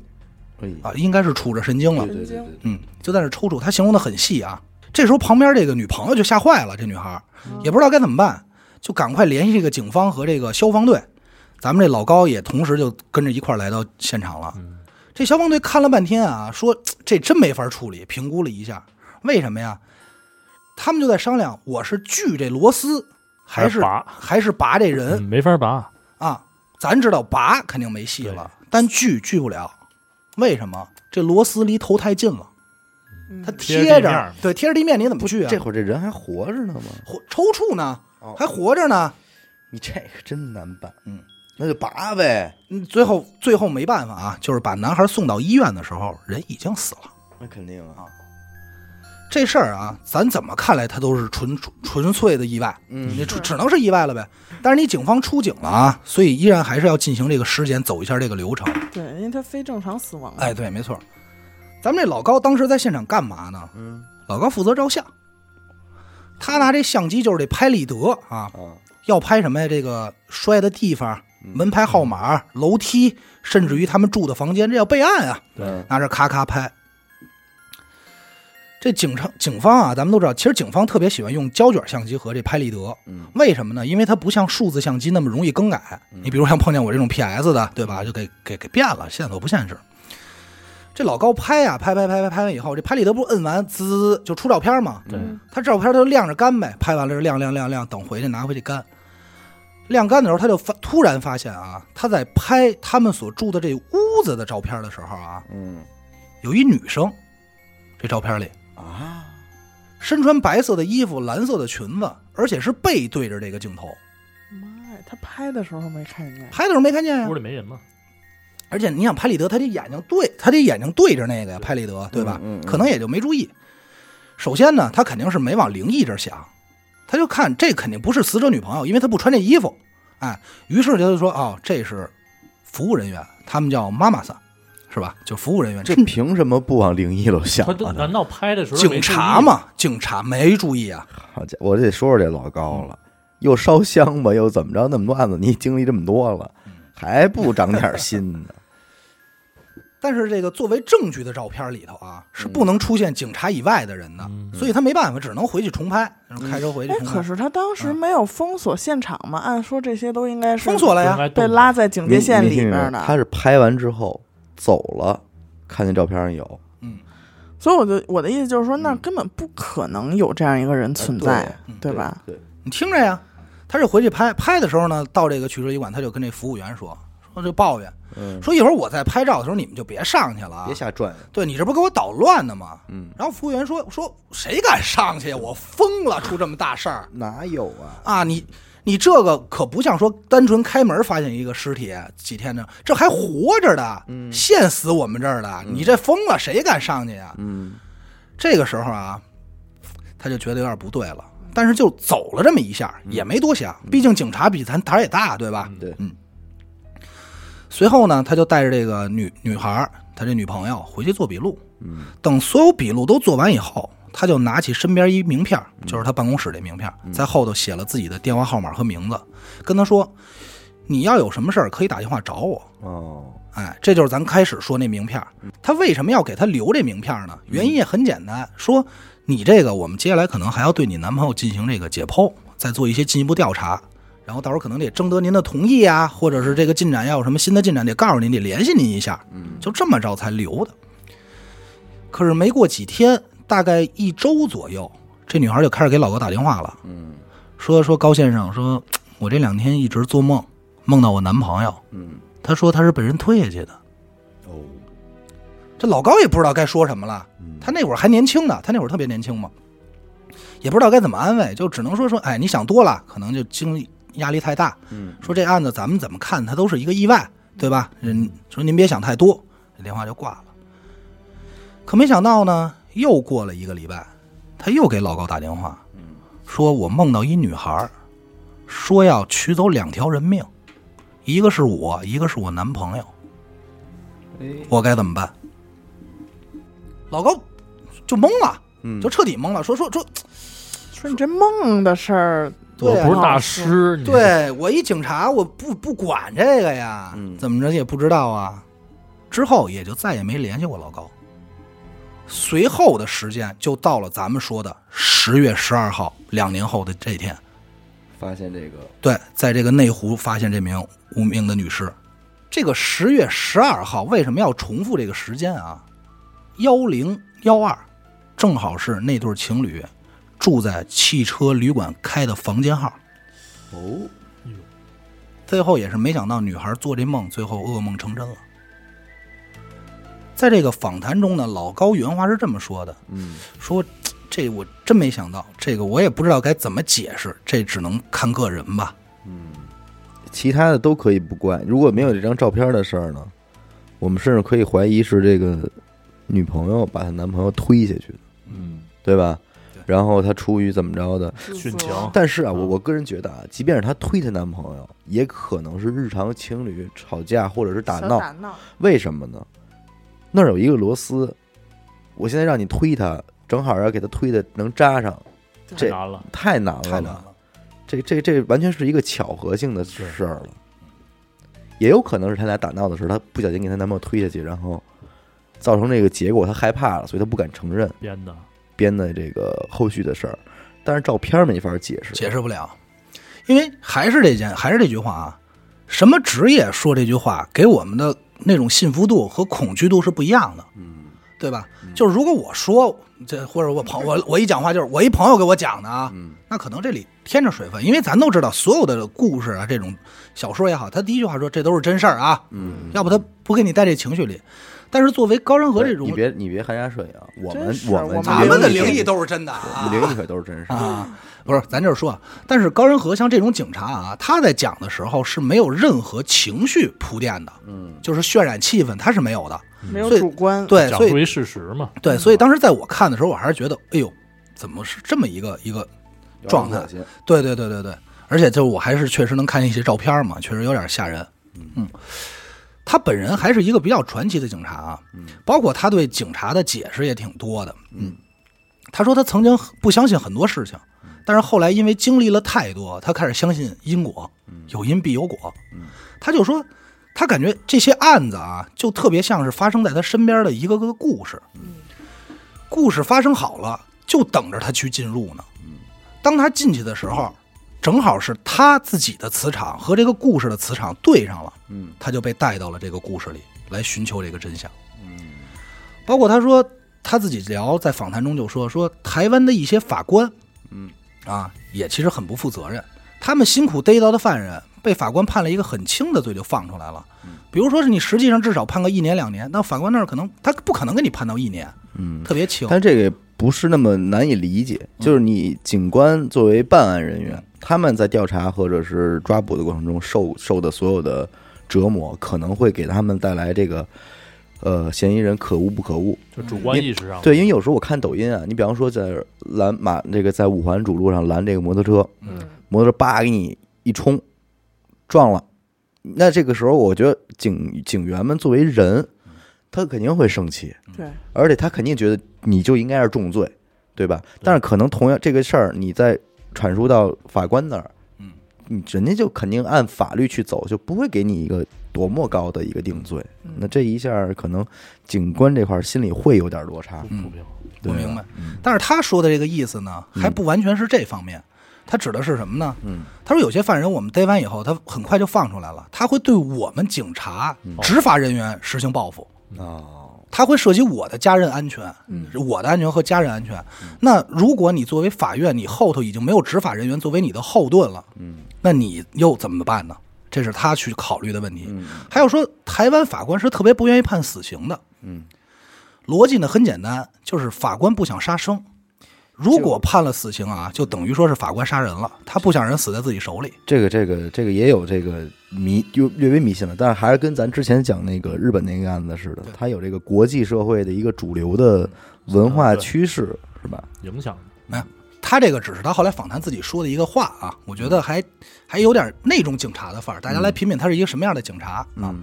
Speaker 1: 哎，
Speaker 2: 啊，应该是杵着神经了
Speaker 1: 对，对对对，
Speaker 2: 嗯，就在那儿抽搐。他形容的很细啊。这时候旁边这个女朋友就吓坏了，这女孩儿也不知道该怎么办，就赶快联系这个警方和这个消防队。咱们这老高也同时就跟着一块儿来到现场了。这消防队看了半天啊，说嘖这真没法处理，评估了一下，为什么呀？他们就在商量，我是锯这螺丝，还是
Speaker 3: 还是拔
Speaker 2: 还是拔这人？
Speaker 3: 嗯没法拔，
Speaker 2: 啊，咱知道拔肯定没戏了，但锯锯不了，为什么？这螺丝离头太近了，它贴
Speaker 3: 贴着地面儿
Speaker 2: 着，对，贴着地面，你怎么锯啊？
Speaker 1: 这会儿这人还活着呢吗？
Speaker 2: 活抽搐呢
Speaker 1: 哦，
Speaker 2: 还活着呢。
Speaker 1: 你这个真难办，
Speaker 2: 嗯，
Speaker 1: 那就拔呗，
Speaker 2: 嗯最后，最后没办法啊，就是把男孩送到医院的时候，人已经死了。
Speaker 1: 那肯定啊，
Speaker 2: 这事儿啊，咱怎么看来，它都是纯纯纯粹的意外，
Speaker 1: 嗯
Speaker 2: 你只只能是意外了呗。但是你警方出警了啊，所以依然还是要进行这个尸检，走一下这个流程。
Speaker 4: 对，因为他非正常死
Speaker 1: 啊
Speaker 4: 亡。啊
Speaker 2: 哎，对，没错。咱们这老高当时在现场干嘛呢？
Speaker 1: 嗯
Speaker 2: 老高负责照相，他拿这相机就是这拍立得啊，
Speaker 1: 啊，嗯
Speaker 2: 要拍什么呀？这个摔的地方、门牌号码、楼梯，甚至于他们住的房间，这要备案啊。
Speaker 1: 对，
Speaker 2: 拿着咔咔拍。这警察警方啊，咱们都知道，其实警方特别喜欢用胶卷相机和这拍立得，
Speaker 1: 嗯，
Speaker 2: 为什么呢？因为它不像数字相机那么容易更改。你比如像碰见我这种 PS 的，对吧？就给给给变了，线索不限制。这老高拍啊，拍拍拍拍拍完以后，这拍立得不是摁完滋滋滋就出照片吗？
Speaker 3: 对，
Speaker 4: 嗯
Speaker 2: 他照片他就晾着干呗，拍完了就晾晾晾晾，等回去拿回去干。晾干的时候，他就发突然发现啊，他在拍他们所住的这屋子的照片的时候啊，
Speaker 1: 嗯
Speaker 2: 有一女生，这照片里
Speaker 1: 啊，
Speaker 2: 身穿白色的衣服、蓝色的裙子，而且是背对着这个镜头，
Speaker 4: 妈呀，他拍的时候没看见，
Speaker 2: 拍的时候没看见呀啊
Speaker 3: 屋。里没人嘛，
Speaker 2: 而且你想，拍立得他这眼睛对，他这眼睛对着那个呀，拍立得对吧？
Speaker 1: 嗯嗯嗯
Speaker 2: 可能也就没注意。首先呢，他肯定是没往灵异这儿想，他就看这肯定不是死者女朋友，因为他不穿这衣服。哎，于是他就说：“哦，这是服务人员，他们叫妈妈桑，是吧？就服务人员，
Speaker 1: 这
Speaker 2: 甚至
Speaker 1: 凭什么不往灵异楼想
Speaker 3: 他
Speaker 1: 啊？
Speaker 3: 难道拍的时候
Speaker 2: 警
Speaker 4: 啊
Speaker 2: 察
Speaker 3: 嘛？
Speaker 2: 嘛，警察没注意啊。”
Speaker 1: 好家伙，我得说说这老高了，又烧香吧，又怎么着，那么多案子你经历这么多了，还不长点心呢？
Speaker 2: 但是这个作为证据的照片里头啊，是不能出现警察以外的人的，所以他没办法，只能回去重拍，然后开车回去
Speaker 4: 哎，
Speaker 2: 重拍。
Speaker 4: 可是他当时没有封锁现场嘛？按说这些都应该是
Speaker 2: 嗯封锁了
Speaker 3: 不应
Speaker 2: 呀，
Speaker 3: 该
Speaker 4: 被
Speaker 3: 哎动
Speaker 4: 拉在警戒线里边
Speaker 1: 呢。他
Speaker 4: 的。
Speaker 1: 是拍完之后走了，看见照片上有
Speaker 2: 嗯，
Speaker 4: 所以我就我的意思就是说，那根本不可能有这样一个
Speaker 2: 哎
Speaker 4: 人存在，
Speaker 2: 嗯
Speaker 4: 对吧？？
Speaker 1: 对，
Speaker 2: 你听着呀，他是回去拍，拍的时候呢，到这个汽车旅馆，他就跟这服务员说，说就抱怨，
Speaker 1: 嗯，
Speaker 2: 说一会儿我在拍照的时候，你们就别上去了啊
Speaker 1: 别，瞎转悠。
Speaker 2: 对你这不给我捣乱呢吗？
Speaker 1: 嗯，
Speaker 2: 然后服务员说说谁敢上去呀？我疯了，出这么大事儿
Speaker 1: 哪有啊？
Speaker 2: 啊！你你这个可不像说单纯开门发现一个尸体几天呢，这还活着的，
Speaker 1: 嗯
Speaker 2: 现死我们这儿的，你这疯了，谁敢上去呀、
Speaker 1: 嗯
Speaker 2: 这个时候啊，他就觉得有点不对了，但是就走了这么一下，也没多想，毕竟警察比咱胆儿也大，对吧？
Speaker 1: 嗯对
Speaker 2: 嗯。随后呢，他就带着这个女女孩儿，他这女朋友回去做笔录。
Speaker 1: 嗯
Speaker 2: 等所有笔录都做完以后，他就拿起身边一名片儿，就是他办公室这名片儿，在后头写了自己的电话号码和名字，跟他说：“你要有什么事儿可以打电话找我。”
Speaker 1: 哦，
Speaker 2: 哎，这就是咱开始说那名片儿。他为什么要给他留这名片儿呢？原因也很简单，说你这个我们接下来可能还要对你男朋友进行这个解剖，再做一些进一步调查。然后到时候可能得征得您的同意啊，或者是这个进展要有什么新的进展，得告诉您，得联系您一下。
Speaker 1: 嗯
Speaker 2: 就这么着才留的。可是没过几天，大概一周左右，这女孩就开始给老高打电话了，
Speaker 1: 嗯
Speaker 2: 说说高先生，说我这两天一直做梦，梦到我男朋友，
Speaker 1: 嗯，
Speaker 2: 他说他是被人推下去的。
Speaker 1: 哦，
Speaker 2: 这老高也不知道该说什么了，
Speaker 1: 嗯
Speaker 2: 他那会儿还年轻呢，他那会儿特别年轻嘛，也不知道该怎么安慰，就只能说说，哎，你想多了，可能就经历压力太大。
Speaker 1: 嗯
Speaker 2: 说这案子咱们怎么看，它都是一个意外，对吧？
Speaker 1: 嗯
Speaker 2: 人说您别想太多，这电话就挂了。可没想到呢，又过了一个礼拜，他又给老高打电话，
Speaker 1: 嗯
Speaker 2: 说我梦到一女孩儿，说要取走两条人命，一个是我，一个是我男朋友，
Speaker 1: 哎
Speaker 2: 我该怎么办？老高就懵了，
Speaker 1: 嗯
Speaker 2: 就彻底懵了，说说说，
Speaker 4: 说你这梦的事儿，
Speaker 2: 对
Speaker 3: 我
Speaker 2: 啊
Speaker 3: 不是大师，你
Speaker 2: 对我一警察，我不不管这个呀，
Speaker 1: 嗯
Speaker 2: 怎么着也不知道啊。之后也就再也没联系过老高。随后的时间就到了咱们说的十月十二号，两年后的这一天，
Speaker 1: 发现这个
Speaker 2: 对，在这个内湖发现这名无名的女尸。这个十月十二号为什么要重复这个时间啊？幺零幺二，正好是那对情侣住在汽车旅馆开的房间号。
Speaker 1: 哦，
Speaker 2: 最后也是没想到女孩做这梦，最后噩梦成真了。在这个访谈中呢，老高原话是这么说的
Speaker 1: 嗯：“
Speaker 2: 说嘖这我真没想到，这个我也不知道该怎么解释，这只能看个人吧。
Speaker 1: 嗯，其他的都可以不怪，如果没有这张照片的事儿呢，我们甚至可以怀疑是这个女朋友把她男朋友推下去的，
Speaker 3: 嗯，
Speaker 1: 对哦吧
Speaker 2: 对？
Speaker 1: 然后她出于怎么着的，
Speaker 3: 殉情
Speaker 1: 但是啊，我
Speaker 3: 嗯
Speaker 1: 我个人觉得啊，即便是她推她男朋友，也可能是日常情侣吵架或者是打
Speaker 4: 小
Speaker 1: 闹。
Speaker 4: 打闹，
Speaker 1: 为什么呢？那儿有一个螺丝，我现在让你推它，正好要给它推的能扎上，
Speaker 3: 太
Speaker 1: 这
Speaker 3: 难了，
Speaker 1: 太难
Speaker 2: 太
Speaker 1: 了
Speaker 2: 难
Speaker 1: 吧。
Speaker 2: 了，
Speaker 1: 这这这完全是一个巧合性的事儿了，也有可能是她俩打闹的时候，她不小心给她男朋友推下去，然后造成这个结果，她害怕了，所以她不敢承认
Speaker 3: 编的，
Speaker 1: 编的这个后续的事儿。但是照片没法解释，
Speaker 2: 解释不了。因为还是这件，还是这句话啊，什么职业说这句话，给我们的那种信服度和恐惧度是不一样的。
Speaker 1: 嗯
Speaker 2: 对吧？就是如果我说这，或者我朋我我一讲话就是我一朋友给我讲的啊，
Speaker 1: 嗯
Speaker 2: 那可能这里添着水分，因为咱都知道所有的故事啊，这种小说也好，他第一句话说这都是真事儿啊，
Speaker 1: 嗯，
Speaker 2: 要不他不给你带这情绪里。但是作为高山河这种
Speaker 1: 你，别你别含沙射影，我
Speaker 4: 真
Speaker 1: 们
Speaker 4: 是
Speaker 1: 我
Speaker 4: 我们
Speaker 2: 咱们的灵
Speaker 1: 异
Speaker 2: 异都是真的啊，
Speaker 1: 灵异可都是真事儿，
Speaker 2: 啊，不是，咱就是说啊，但是高仁和像这种警察啊，他在讲的时候是没有任何情绪铺垫的，
Speaker 1: 嗯
Speaker 2: 就是渲染气氛，他是没有的。
Speaker 4: 没有
Speaker 2: 所以
Speaker 4: 主观，
Speaker 2: 对，
Speaker 3: 讲
Speaker 2: 所以
Speaker 3: 出一事实嘛，
Speaker 2: 对，所以当时在我看的时候，我还是觉得，哎呦，怎么是这么一个一个？状态
Speaker 1: 有点恶心
Speaker 2: 对对对对对，而且就是我还是确实能看见一些照片嘛，确实有点吓人。嗯，他本人还是一个比较传奇的警察啊，包括他对警察的解释也挺多的。
Speaker 1: 嗯，
Speaker 2: 他说他曾经不相信很多事情，但是后来因为经历了太多，他开始相信因果，有因必有果。他就说。他感觉这些案子啊，就特别像是发生在他身边的一个个故事，故事发生好了，就等着他去进入呢。当他进去的时候，正好是他自己的磁场和这个故事的磁场对上了，
Speaker 1: 嗯
Speaker 2: 他就被带到了这个故事里来寻求这个真相。
Speaker 1: 嗯
Speaker 2: 包括他说他自己聊，在访谈中就说说台湾的一些法官，
Speaker 1: 嗯
Speaker 2: 啊，也其实很不负责任。他们辛苦逮到的犯人，被法官判了一个很轻的罪就放出来了。
Speaker 1: 嗯
Speaker 2: 比如说是你实际上至少判个一年两年，那法官那儿可能他不可能给你判到一年，
Speaker 1: 嗯，
Speaker 2: 特别轻。
Speaker 1: 但这个也不是那么难以理解，就是你警官作为办案人员，他们在调查或者是抓捕的过程中受受的所有的折磨，可能会给他们带来这个。呃，嫌疑人可恶不可恶？
Speaker 3: 就主观意识上，
Speaker 1: 对，因为有时候我看抖音啊，你比方说在拦马这个在五环主路上拦这个摩托车，
Speaker 4: 嗯，
Speaker 1: 摩托车叭给你一冲，撞了。那这个时候，我觉得警警员们作为人，他肯定会生气，
Speaker 4: 对，
Speaker 2: 嗯
Speaker 1: 而且他肯定觉得你就应该是重罪，对吧？但是可能同样这个事儿，你在阐述到法官那儿，
Speaker 2: 嗯，
Speaker 1: 你人家就肯定按法律去走，就不会给你一个多么高的一个定罪。
Speaker 4: 嗯
Speaker 1: 那这一下儿可能警官这块儿心里会有点落差
Speaker 3: 不，不平，
Speaker 1: 对
Speaker 2: 我
Speaker 1: 吧
Speaker 2: 明白
Speaker 1: 嗯
Speaker 2: 但是他说的这个意思呢，还不完全是这方面。他指的是什么呢？
Speaker 1: 嗯，
Speaker 2: 他说有些犯人我们逮完以后，他很快就放出来了，他会对我们警察、
Speaker 1: 嗯
Speaker 2: 执法人员实行报复。
Speaker 1: 哦，
Speaker 2: 他会涉及我的家人安全，我的安全和家人安全。那如果你作为法院，你后头已经没有执法人员作为你的后盾了，嗯，那你又怎么办呢？这是他去考虑的问题。还有说，台湾法官是特别不愿意判死刑的，嗯，逻辑呢很简单，就是法官不想杀生。如果判了死刑啊，就等于说是法官杀人了，他不想让人死在自己手里。
Speaker 1: 这个这个这个也有这个迷，就略微迷信了，但是还是跟咱之前讲那个日本那个案子似的，它有这个国际社会的一个主流的文化趋势，是吧？
Speaker 3: 影响
Speaker 2: 没有，他这个只是他后来访谈自己说的一个话啊，我觉得还还有点那种警察的范儿。大家来品品他是一个什么样的警察啊？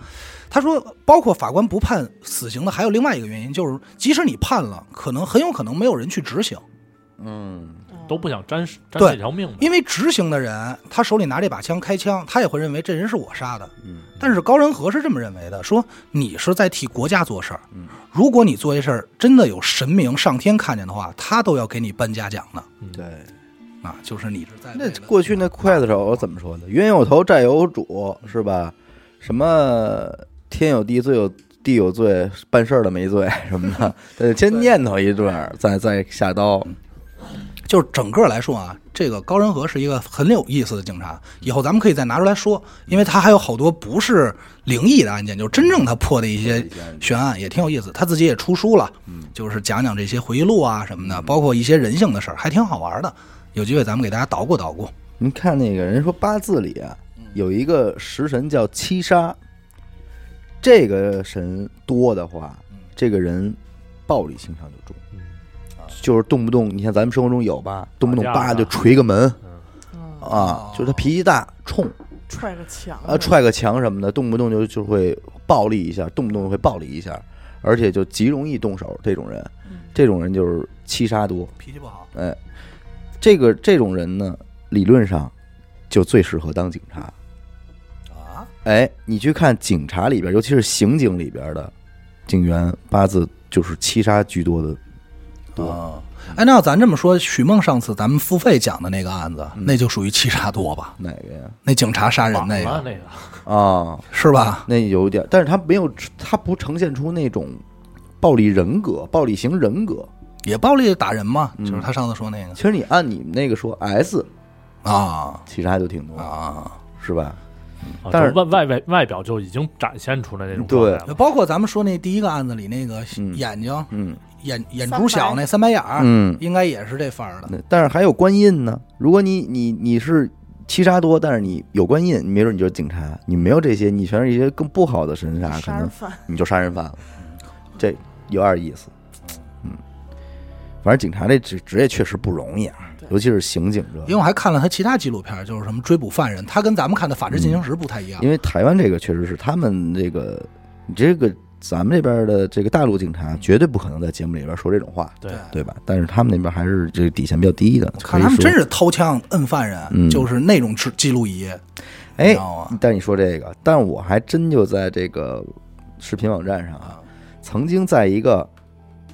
Speaker 2: 他说，包括法官不判死刑的，还有另外一个原因，就是即使你判了，可能很有可能没有人去执行，
Speaker 1: 嗯，
Speaker 3: 都不想沾沾
Speaker 2: 对
Speaker 3: 这条命吧？
Speaker 2: 因为执行的人他手里拿这把枪开枪，他也会认为这人是我杀的。但是高仁和是这么认为的，说你是在替国家做事儿，如果你做这事儿真的有神明上天看见的话，他都要给你颁嘉奖的
Speaker 1: 对。
Speaker 2: 啊，就是你是在
Speaker 1: 那
Speaker 2: 为了
Speaker 1: 过去那刽子手怎么说的？冤有头，债有主，是吧？什么天有地，罪有地有罪，办事儿的没罪什么的，得先念头一段儿，再再下刀。
Speaker 2: 就是整个来说啊，这个高仁和是一个很有意思的警察，以后咱们可以再拿出来说，因为他还有好多不是灵异的案件，就是真正他破的一些悬案也挺有意思。他自己也出书了，就是讲讲这些回忆录啊什么的，包括一些人性的事儿，还挺好玩的。有机会咱们给大家捣鼓捣鼓。
Speaker 1: 您看那个人说八字里啊，有一个食神叫七杀，这个神多的话，这个人暴力倾向就重，
Speaker 3: 嗯
Speaker 1: 就是动不动你看咱们生活中有吧，动不动
Speaker 3: 打架
Speaker 1: 叭
Speaker 3: 啊
Speaker 1: 就捶个门
Speaker 4: 嗯
Speaker 1: 啊，就是他脾气大冲。
Speaker 4: 踹个墙
Speaker 2: 呃
Speaker 1: 啊，踹个墙什么的，动不动就就会暴力一下，动不动会暴力一下，而且就极容易动手。这种人，这种人就是七杀多。
Speaker 2: 脾气不好，
Speaker 1: 哎，这个这种人呢，理论上就最适合当警察
Speaker 2: 啊。
Speaker 1: 哎，你去看警察里边，尤其是刑警里边的警员，八字就是七杀居多的多。
Speaker 2: 哎，那要咱这么说，许梦上次咱们付费讲的那个案子，那就属于欺杀多吧？
Speaker 1: 哪个呀？
Speaker 2: 那警察杀人那
Speaker 3: 绑了
Speaker 2: 个
Speaker 3: 那个，
Speaker 1: 啊、
Speaker 2: 是吧？
Speaker 1: 那有点，但是他没有，他不呈现出那种暴力人格、暴力型人格。
Speaker 2: 也暴力打人嘛，就是他上次说那个、
Speaker 1: 其实你按你们那个说，S
Speaker 2: 啊。
Speaker 1: 其实还都挺多，
Speaker 2: 啊，
Speaker 1: 是吧？
Speaker 3: 啊
Speaker 1: 但是
Speaker 3: 就外外外外表就已经展现出来那种状态了。
Speaker 2: 呃包括咱们说那第一个案子里那个眼睛、
Speaker 1: 嗯
Speaker 2: 眼眼珠小那三白眼儿，
Speaker 1: 嗯，
Speaker 2: 应该也是这范儿的。
Speaker 1: 那但是还有官印呢。如果你你你是七杀多，但是你有官印，你没准你就是警察；你没有这些，你全是一些更不好的神
Speaker 2: 啊
Speaker 1: 杀，可
Speaker 4: 杀人
Speaker 1: 能
Speaker 4: 犯，
Speaker 1: 你就杀人犯了。这有点意思，嗯。反正警察这职职业确实不容易啊，尤其是刑警这个
Speaker 2: 因为，我还看了他其他纪录片儿，就是什么追捕犯人，他跟咱们看的《法制进行时》不太一样。
Speaker 1: 因为台湾这个确实是他们这个，你这个咱们这边的这个大陆警察绝对不可能在节目里边说这种话，
Speaker 3: 对，
Speaker 1: 对吧？但是他们那边还是这个底线比较低的，
Speaker 2: 我
Speaker 1: 可
Speaker 2: 看
Speaker 1: 以
Speaker 2: 他们
Speaker 1: 说
Speaker 2: 真是掏枪摁犯人，
Speaker 1: 嗯
Speaker 2: 就是那种记记录仪，你
Speaker 1: 哎
Speaker 2: 知，道吗？
Speaker 1: 但你说这个，但我还真就在这个视频网站上啊，曾经在一个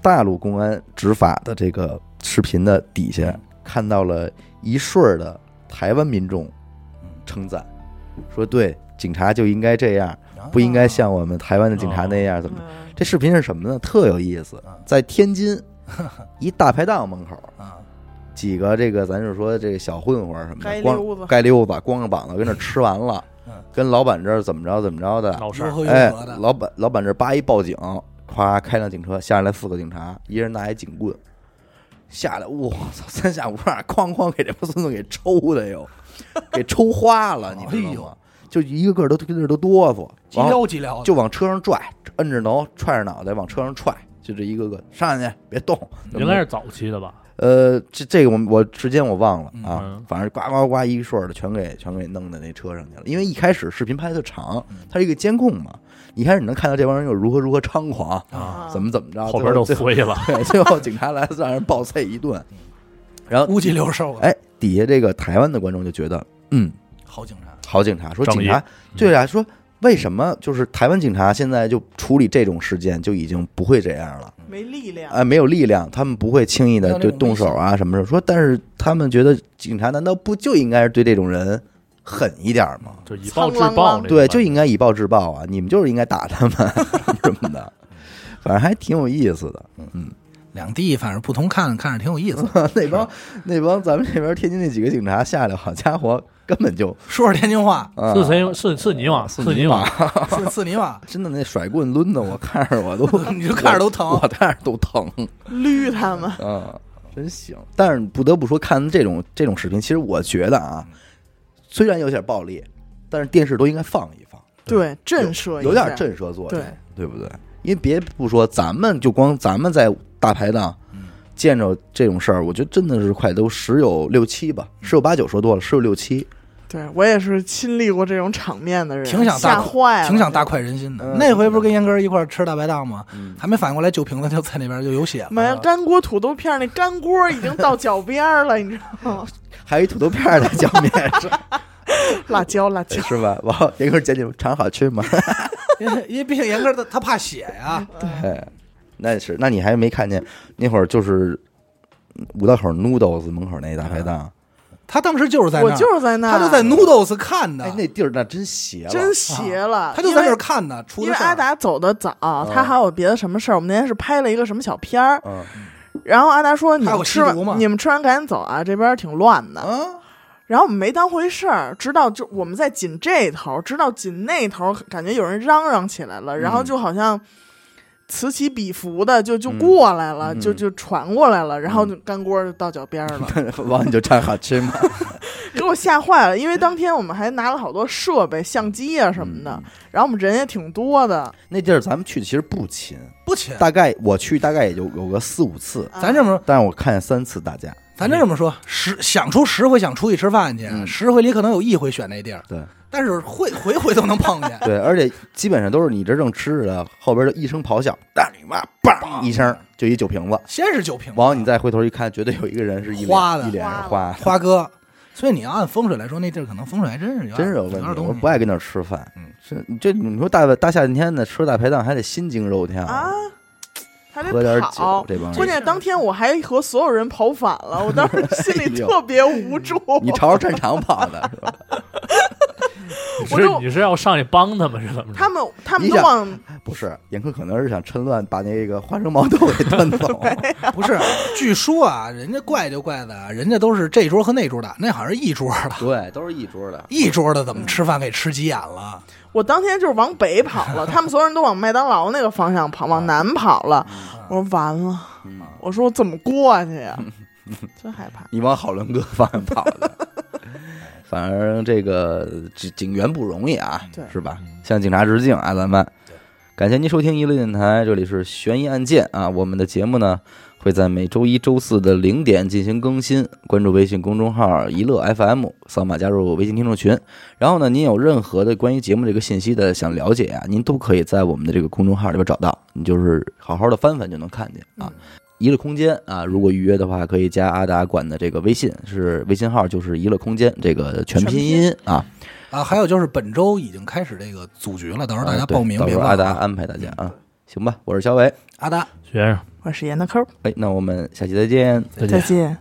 Speaker 1: 大陆公安执法的这个视频的底下，看到了一顺儿的台湾民众称赞，说对警察就应该这样，不应该像我们台湾的警察那样，怎么？
Speaker 4: 啊嗯
Speaker 1: 这视频是什么呢？特有意思，在天 津一大排档门口，
Speaker 2: 啊，
Speaker 1: 几个这个咱就说这个小混混儿什么
Speaker 4: 该
Speaker 1: 的，
Speaker 4: 溜子
Speaker 1: 光该溜子，光着膀子跟那吃完了
Speaker 2: 嗯，
Speaker 1: 跟老板这儿怎么着怎么着的，
Speaker 3: 闹事
Speaker 2: 如
Speaker 3: 儿，
Speaker 2: 何如
Speaker 1: 哎
Speaker 2: 何，的，
Speaker 1: 老板老板这儿叭一报警，咵开辆警车下来四个警察，一人拿一警棍，下来我操三下五除二，哐哐给这帮孙子给抽的哟，给抽花了，你知
Speaker 2: 哎
Speaker 1: 道吗
Speaker 2: 呦？
Speaker 1: 就一个个都跟这儿都哆嗦，
Speaker 2: 急
Speaker 1: 然后
Speaker 2: 撩急撩的，
Speaker 1: 就往车上拽，摁着头踹着脑袋往车上踹，就这一个个上去别动，
Speaker 3: 应该是早期的吧？
Speaker 1: 呃，这这个我我时间我忘了啊，
Speaker 3: 嗯
Speaker 1: 反正呱呱呱一顺儿的全给全给弄到那车上去了。因为一开始视频拍的长，
Speaker 3: 嗯
Speaker 1: 它是一个监控嘛，一开始你能看到这帮人又如何如何猖狂，
Speaker 4: 啊
Speaker 1: 怎么怎么着，
Speaker 3: 后边就
Speaker 1: 最后
Speaker 3: 碎了，嗯
Speaker 1: 最后对最后警察来了让人暴揍一顿，然后
Speaker 2: 乌鸡溜兽的，
Speaker 1: 哎底下这个台湾的观众就觉得嗯
Speaker 2: 好警察，
Speaker 1: 好警察，说
Speaker 3: 正
Speaker 1: 警察
Speaker 3: 义嗯
Speaker 1: 对啊，说为什么就是台湾警察现在就处理这种事件就已经不会这样了？
Speaker 2: 嗯
Speaker 4: 没力量。
Speaker 1: 哎，没有力量，他们不会轻易
Speaker 2: 没
Speaker 1: 的
Speaker 2: 有那
Speaker 1: 就
Speaker 2: 种
Speaker 1: 动
Speaker 2: 危
Speaker 1: 手
Speaker 2: 险
Speaker 1: 啊什么的。说，但是他们觉得警察难道不就应该是对这种人狠一点吗？
Speaker 3: 就以暴制暴那种。
Speaker 1: 对，就应该以暴制暴啊！你们就是应该打他们 什么的，反正还挺有意思的。
Speaker 2: 两地反正不同看，看着挺有意思。
Speaker 1: 那帮那帮咱们这边天津那几个警察下来，好家伙，根本就
Speaker 2: 说说天 津话，
Speaker 1: 啊？
Speaker 3: 是谁？是是你往，是你往，
Speaker 2: 是刺你吧
Speaker 1: 真的那甩棍抡的，我看着我都
Speaker 2: 你就看着都疼
Speaker 1: 我我看着都疼
Speaker 4: 捋他们，
Speaker 2: 嗯
Speaker 1: 啊！真行。但是不得不说，看这种这种视频，其实我觉得啊，虽然有点暴力，但是电视都应该放一放。
Speaker 4: 对，震慑一
Speaker 1: 有点
Speaker 4: 下，
Speaker 1: 震慑作用，
Speaker 4: 对
Speaker 1: 对不对？因为别不说，咱们就光咱们在大排档见着这种事儿，我觉得真的是快都十有六七吧，十有八九说多了，十有六七。
Speaker 4: 对我也是亲历过这种场面的人，
Speaker 2: 挺想大
Speaker 4: 吓坏了，
Speaker 2: 挺想大快人心的。
Speaker 1: 嗯
Speaker 2: 那回不是跟严哥一块儿吃大排档吗
Speaker 1: 嗯？
Speaker 2: 还没反应过来，酒瓶子就在那边就有 血
Speaker 4: 买
Speaker 2: 了。
Speaker 4: 干锅土豆片儿，那干锅已经到脚边儿了，你知道吗？
Speaker 1: 还有一土豆片儿在脚面上，
Speaker 4: 辣椒，辣椒，
Speaker 1: 是吧？哇，严哥姐姐肠好吃吗？
Speaker 2: 因为因为毕竟严哥他他怕血呀，
Speaker 1: 对，那是，那你还没看见那会儿就是五道口 noodles 门口那大排档，
Speaker 2: 他当时就是在那
Speaker 4: 我
Speaker 2: 儿，
Speaker 4: 就是在那儿，
Speaker 2: 他就在 Noodles 看的
Speaker 1: 哎，，那地儿那真邪了，
Speaker 4: 真邪了，
Speaker 2: 他就在那
Speaker 4: 因
Speaker 2: 儿
Speaker 4: 为
Speaker 2: 看的。出
Speaker 4: 因
Speaker 2: 的
Speaker 4: 为
Speaker 2: 事
Speaker 4: 阿
Speaker 2: 儿，啊
Speaker 4: 达走的早，他还有别的什么事儿。我们那天是拍了一个什么小片儿，
Speaker 1: 嗯
Speaker 4: 然后阿达说：“你
Speaker 2: 还有
Speaker 4: 们
Speaker 2: 个
Speaker 4: 吃
Speaker 2: 啊吸毒嘛
Speaker 4: 完，你们吃完赶紧走啊，这边儿挺乱的。
Speaker 2: 嗯
Speaker 1: 啊，
Speaker 4: 然后我们没当回事儿，直到就我们在紧这头，直到紧那头，感觉有人嚷嚷起来了，
Speaker 1: 嗯
Speaker 4: 然后就好像此起彼伏的就
Speaker 1: 嗯
Speaker 4: 就过来了，就就传过来了，然后就干锅就到脚 边儿了，
Speaker 1: 王你就唱好吃吗？
Speaker 4: 给我吓坏了。因为当天我们还拿了好多设备、相机啊什么
Speaker 1: 嗯
Speaker 4: 的，然后我们人也挺多的，
Speaker 1: 那地儿咱们去的其实不勤，
Speaker 2: 不亲。
Speaker 1: 大概我去大概也就有个四五次，
Speaker 4: 啊
Speaker 2: 咱这么说，
Speaker 1: 但是我看见三次打架，
Speaker 2: 咱这么说，十想出十回想出去吃饭去，十回里可能有一回选那地儿，
Speaker 1: 嗯对。
Speaker 2: 但是会回回都能碰见
Speaker 1: 对，而且基本上都是你这正吃着呢，后边就一声咆哮，大你妈，梆一声就一酒瓶子，
Speaker 2: 先是酒瓶子，
Speaker 1: 完了你再回头一看，绝对有一个人是一脸
Speaker 2: 花的
Speaker 1: 一脸是
Speaker 4: 花
Speaker 1: 花，
Speaker 2: 花哥，所以你要按风水来说，那地儿可能风水还真是有点
Speaker 1: 真是有
Speaker 2: 有
Speaker 1: 问
Speaker 2: 点
Speaker 1: 题。
Speaker 2: 东
Speaker 1: 我
Speaker 2: 西
Speaker 1: 不爱跟那儿吃饭，
Speaker 2: 嗯
Speaker 1: 是你这你说大大夏天的吃大排档还得心惊肉跳
Speaker 4: 啊，还
Speaker 1: 喝点
Speaker 4: 得
Speaker 1: 酒
Speaker 4: 跑。
Speaker 1: 这帮
Speaker 4: 关
Speaker 1: 人，
Speaker 4: 键当天我还和所有人跑反了，我当时心
Speaker 1: 哎
Speaker 4: 里
Speaker 1: 呦
Speaker 4: 特别无助。
Speaker 1: 你朝着战场跑的是吧？
Speaker 3: 你
Speaker 4: 我
Speaker 3: 是
Speaker 4: 就
Speaker 3: 你是要上去帮他们是怎么着？
Speaker 4: 他们他们
Speaker 1: 你
Speaker 4: 都
Speaker 1: 想
Speaker 4: 往
Speaker 1: 不是，严科可能是想趁乱把那个花生毛豆给端走，
Speaker 2: 不是，据说啊，人家怪就怪在啊，人家都是这桌和那桌打，那好像是一桌的，
Speaker 1: 对，都是一桌的。
Speaker 2: 一桌的怎
Speaker 1: 嗯
Speaker 2: 么吃饭给吃急眼了？
Speaker 4: 我当天就是往北跑了，他们所有人都往麦当劳那个方向跑，往南跑了。我说完了，我说我怎么过去呀？真害怕。
Speaker 1: 你往好伦哥方向跑的。反正这个警警员不容易啊，
Speaker 4: 对
Speaker 1: 是吧？向警察致敬啊，咱们。感谢您收听一路电台，这里是悬疑案件啊。我们的节目呢会在每周一周四的零点进行更新，关注微信公众号“一乐 FM”，扫码加入微信听众群。然后呢，您有任何的关于节目这个信息的想了解啊，您都可以在我们的这个公众号里边找到，你就是好好的翻翻就能看见啊。
Speaker 2: 嗯
Speaker 1: 一乐空间啊，如果预约的话，可以加阿达管的这个微信，是微信号就是一乐空间这个全拼音啊。
Speaker 2: 啊，还有就是本周已经开始这个组局了，到时候大家
Speaker 1: 啊对
Speaker 2: 报名
Speaker 1: 到
Speaker 2: 别
Speaker 1: 时候
Speaker 2: 忘
Speaker 1: 阿
Speaker 2: 了
Speaker 1: 达
Speaker 2: 啊。
Speaker 1: 安排大家啊。行吧，我是小伟，
Speaker 2: 阿达，
Speaker 3: 学生，
Speaker 4: 我是严大抠，
Speaker 1: 哎，那我们下期再见。
Speaker 3: 再
Speaker 4: 再
Speaker 3: 见。
Speaker 4: 见。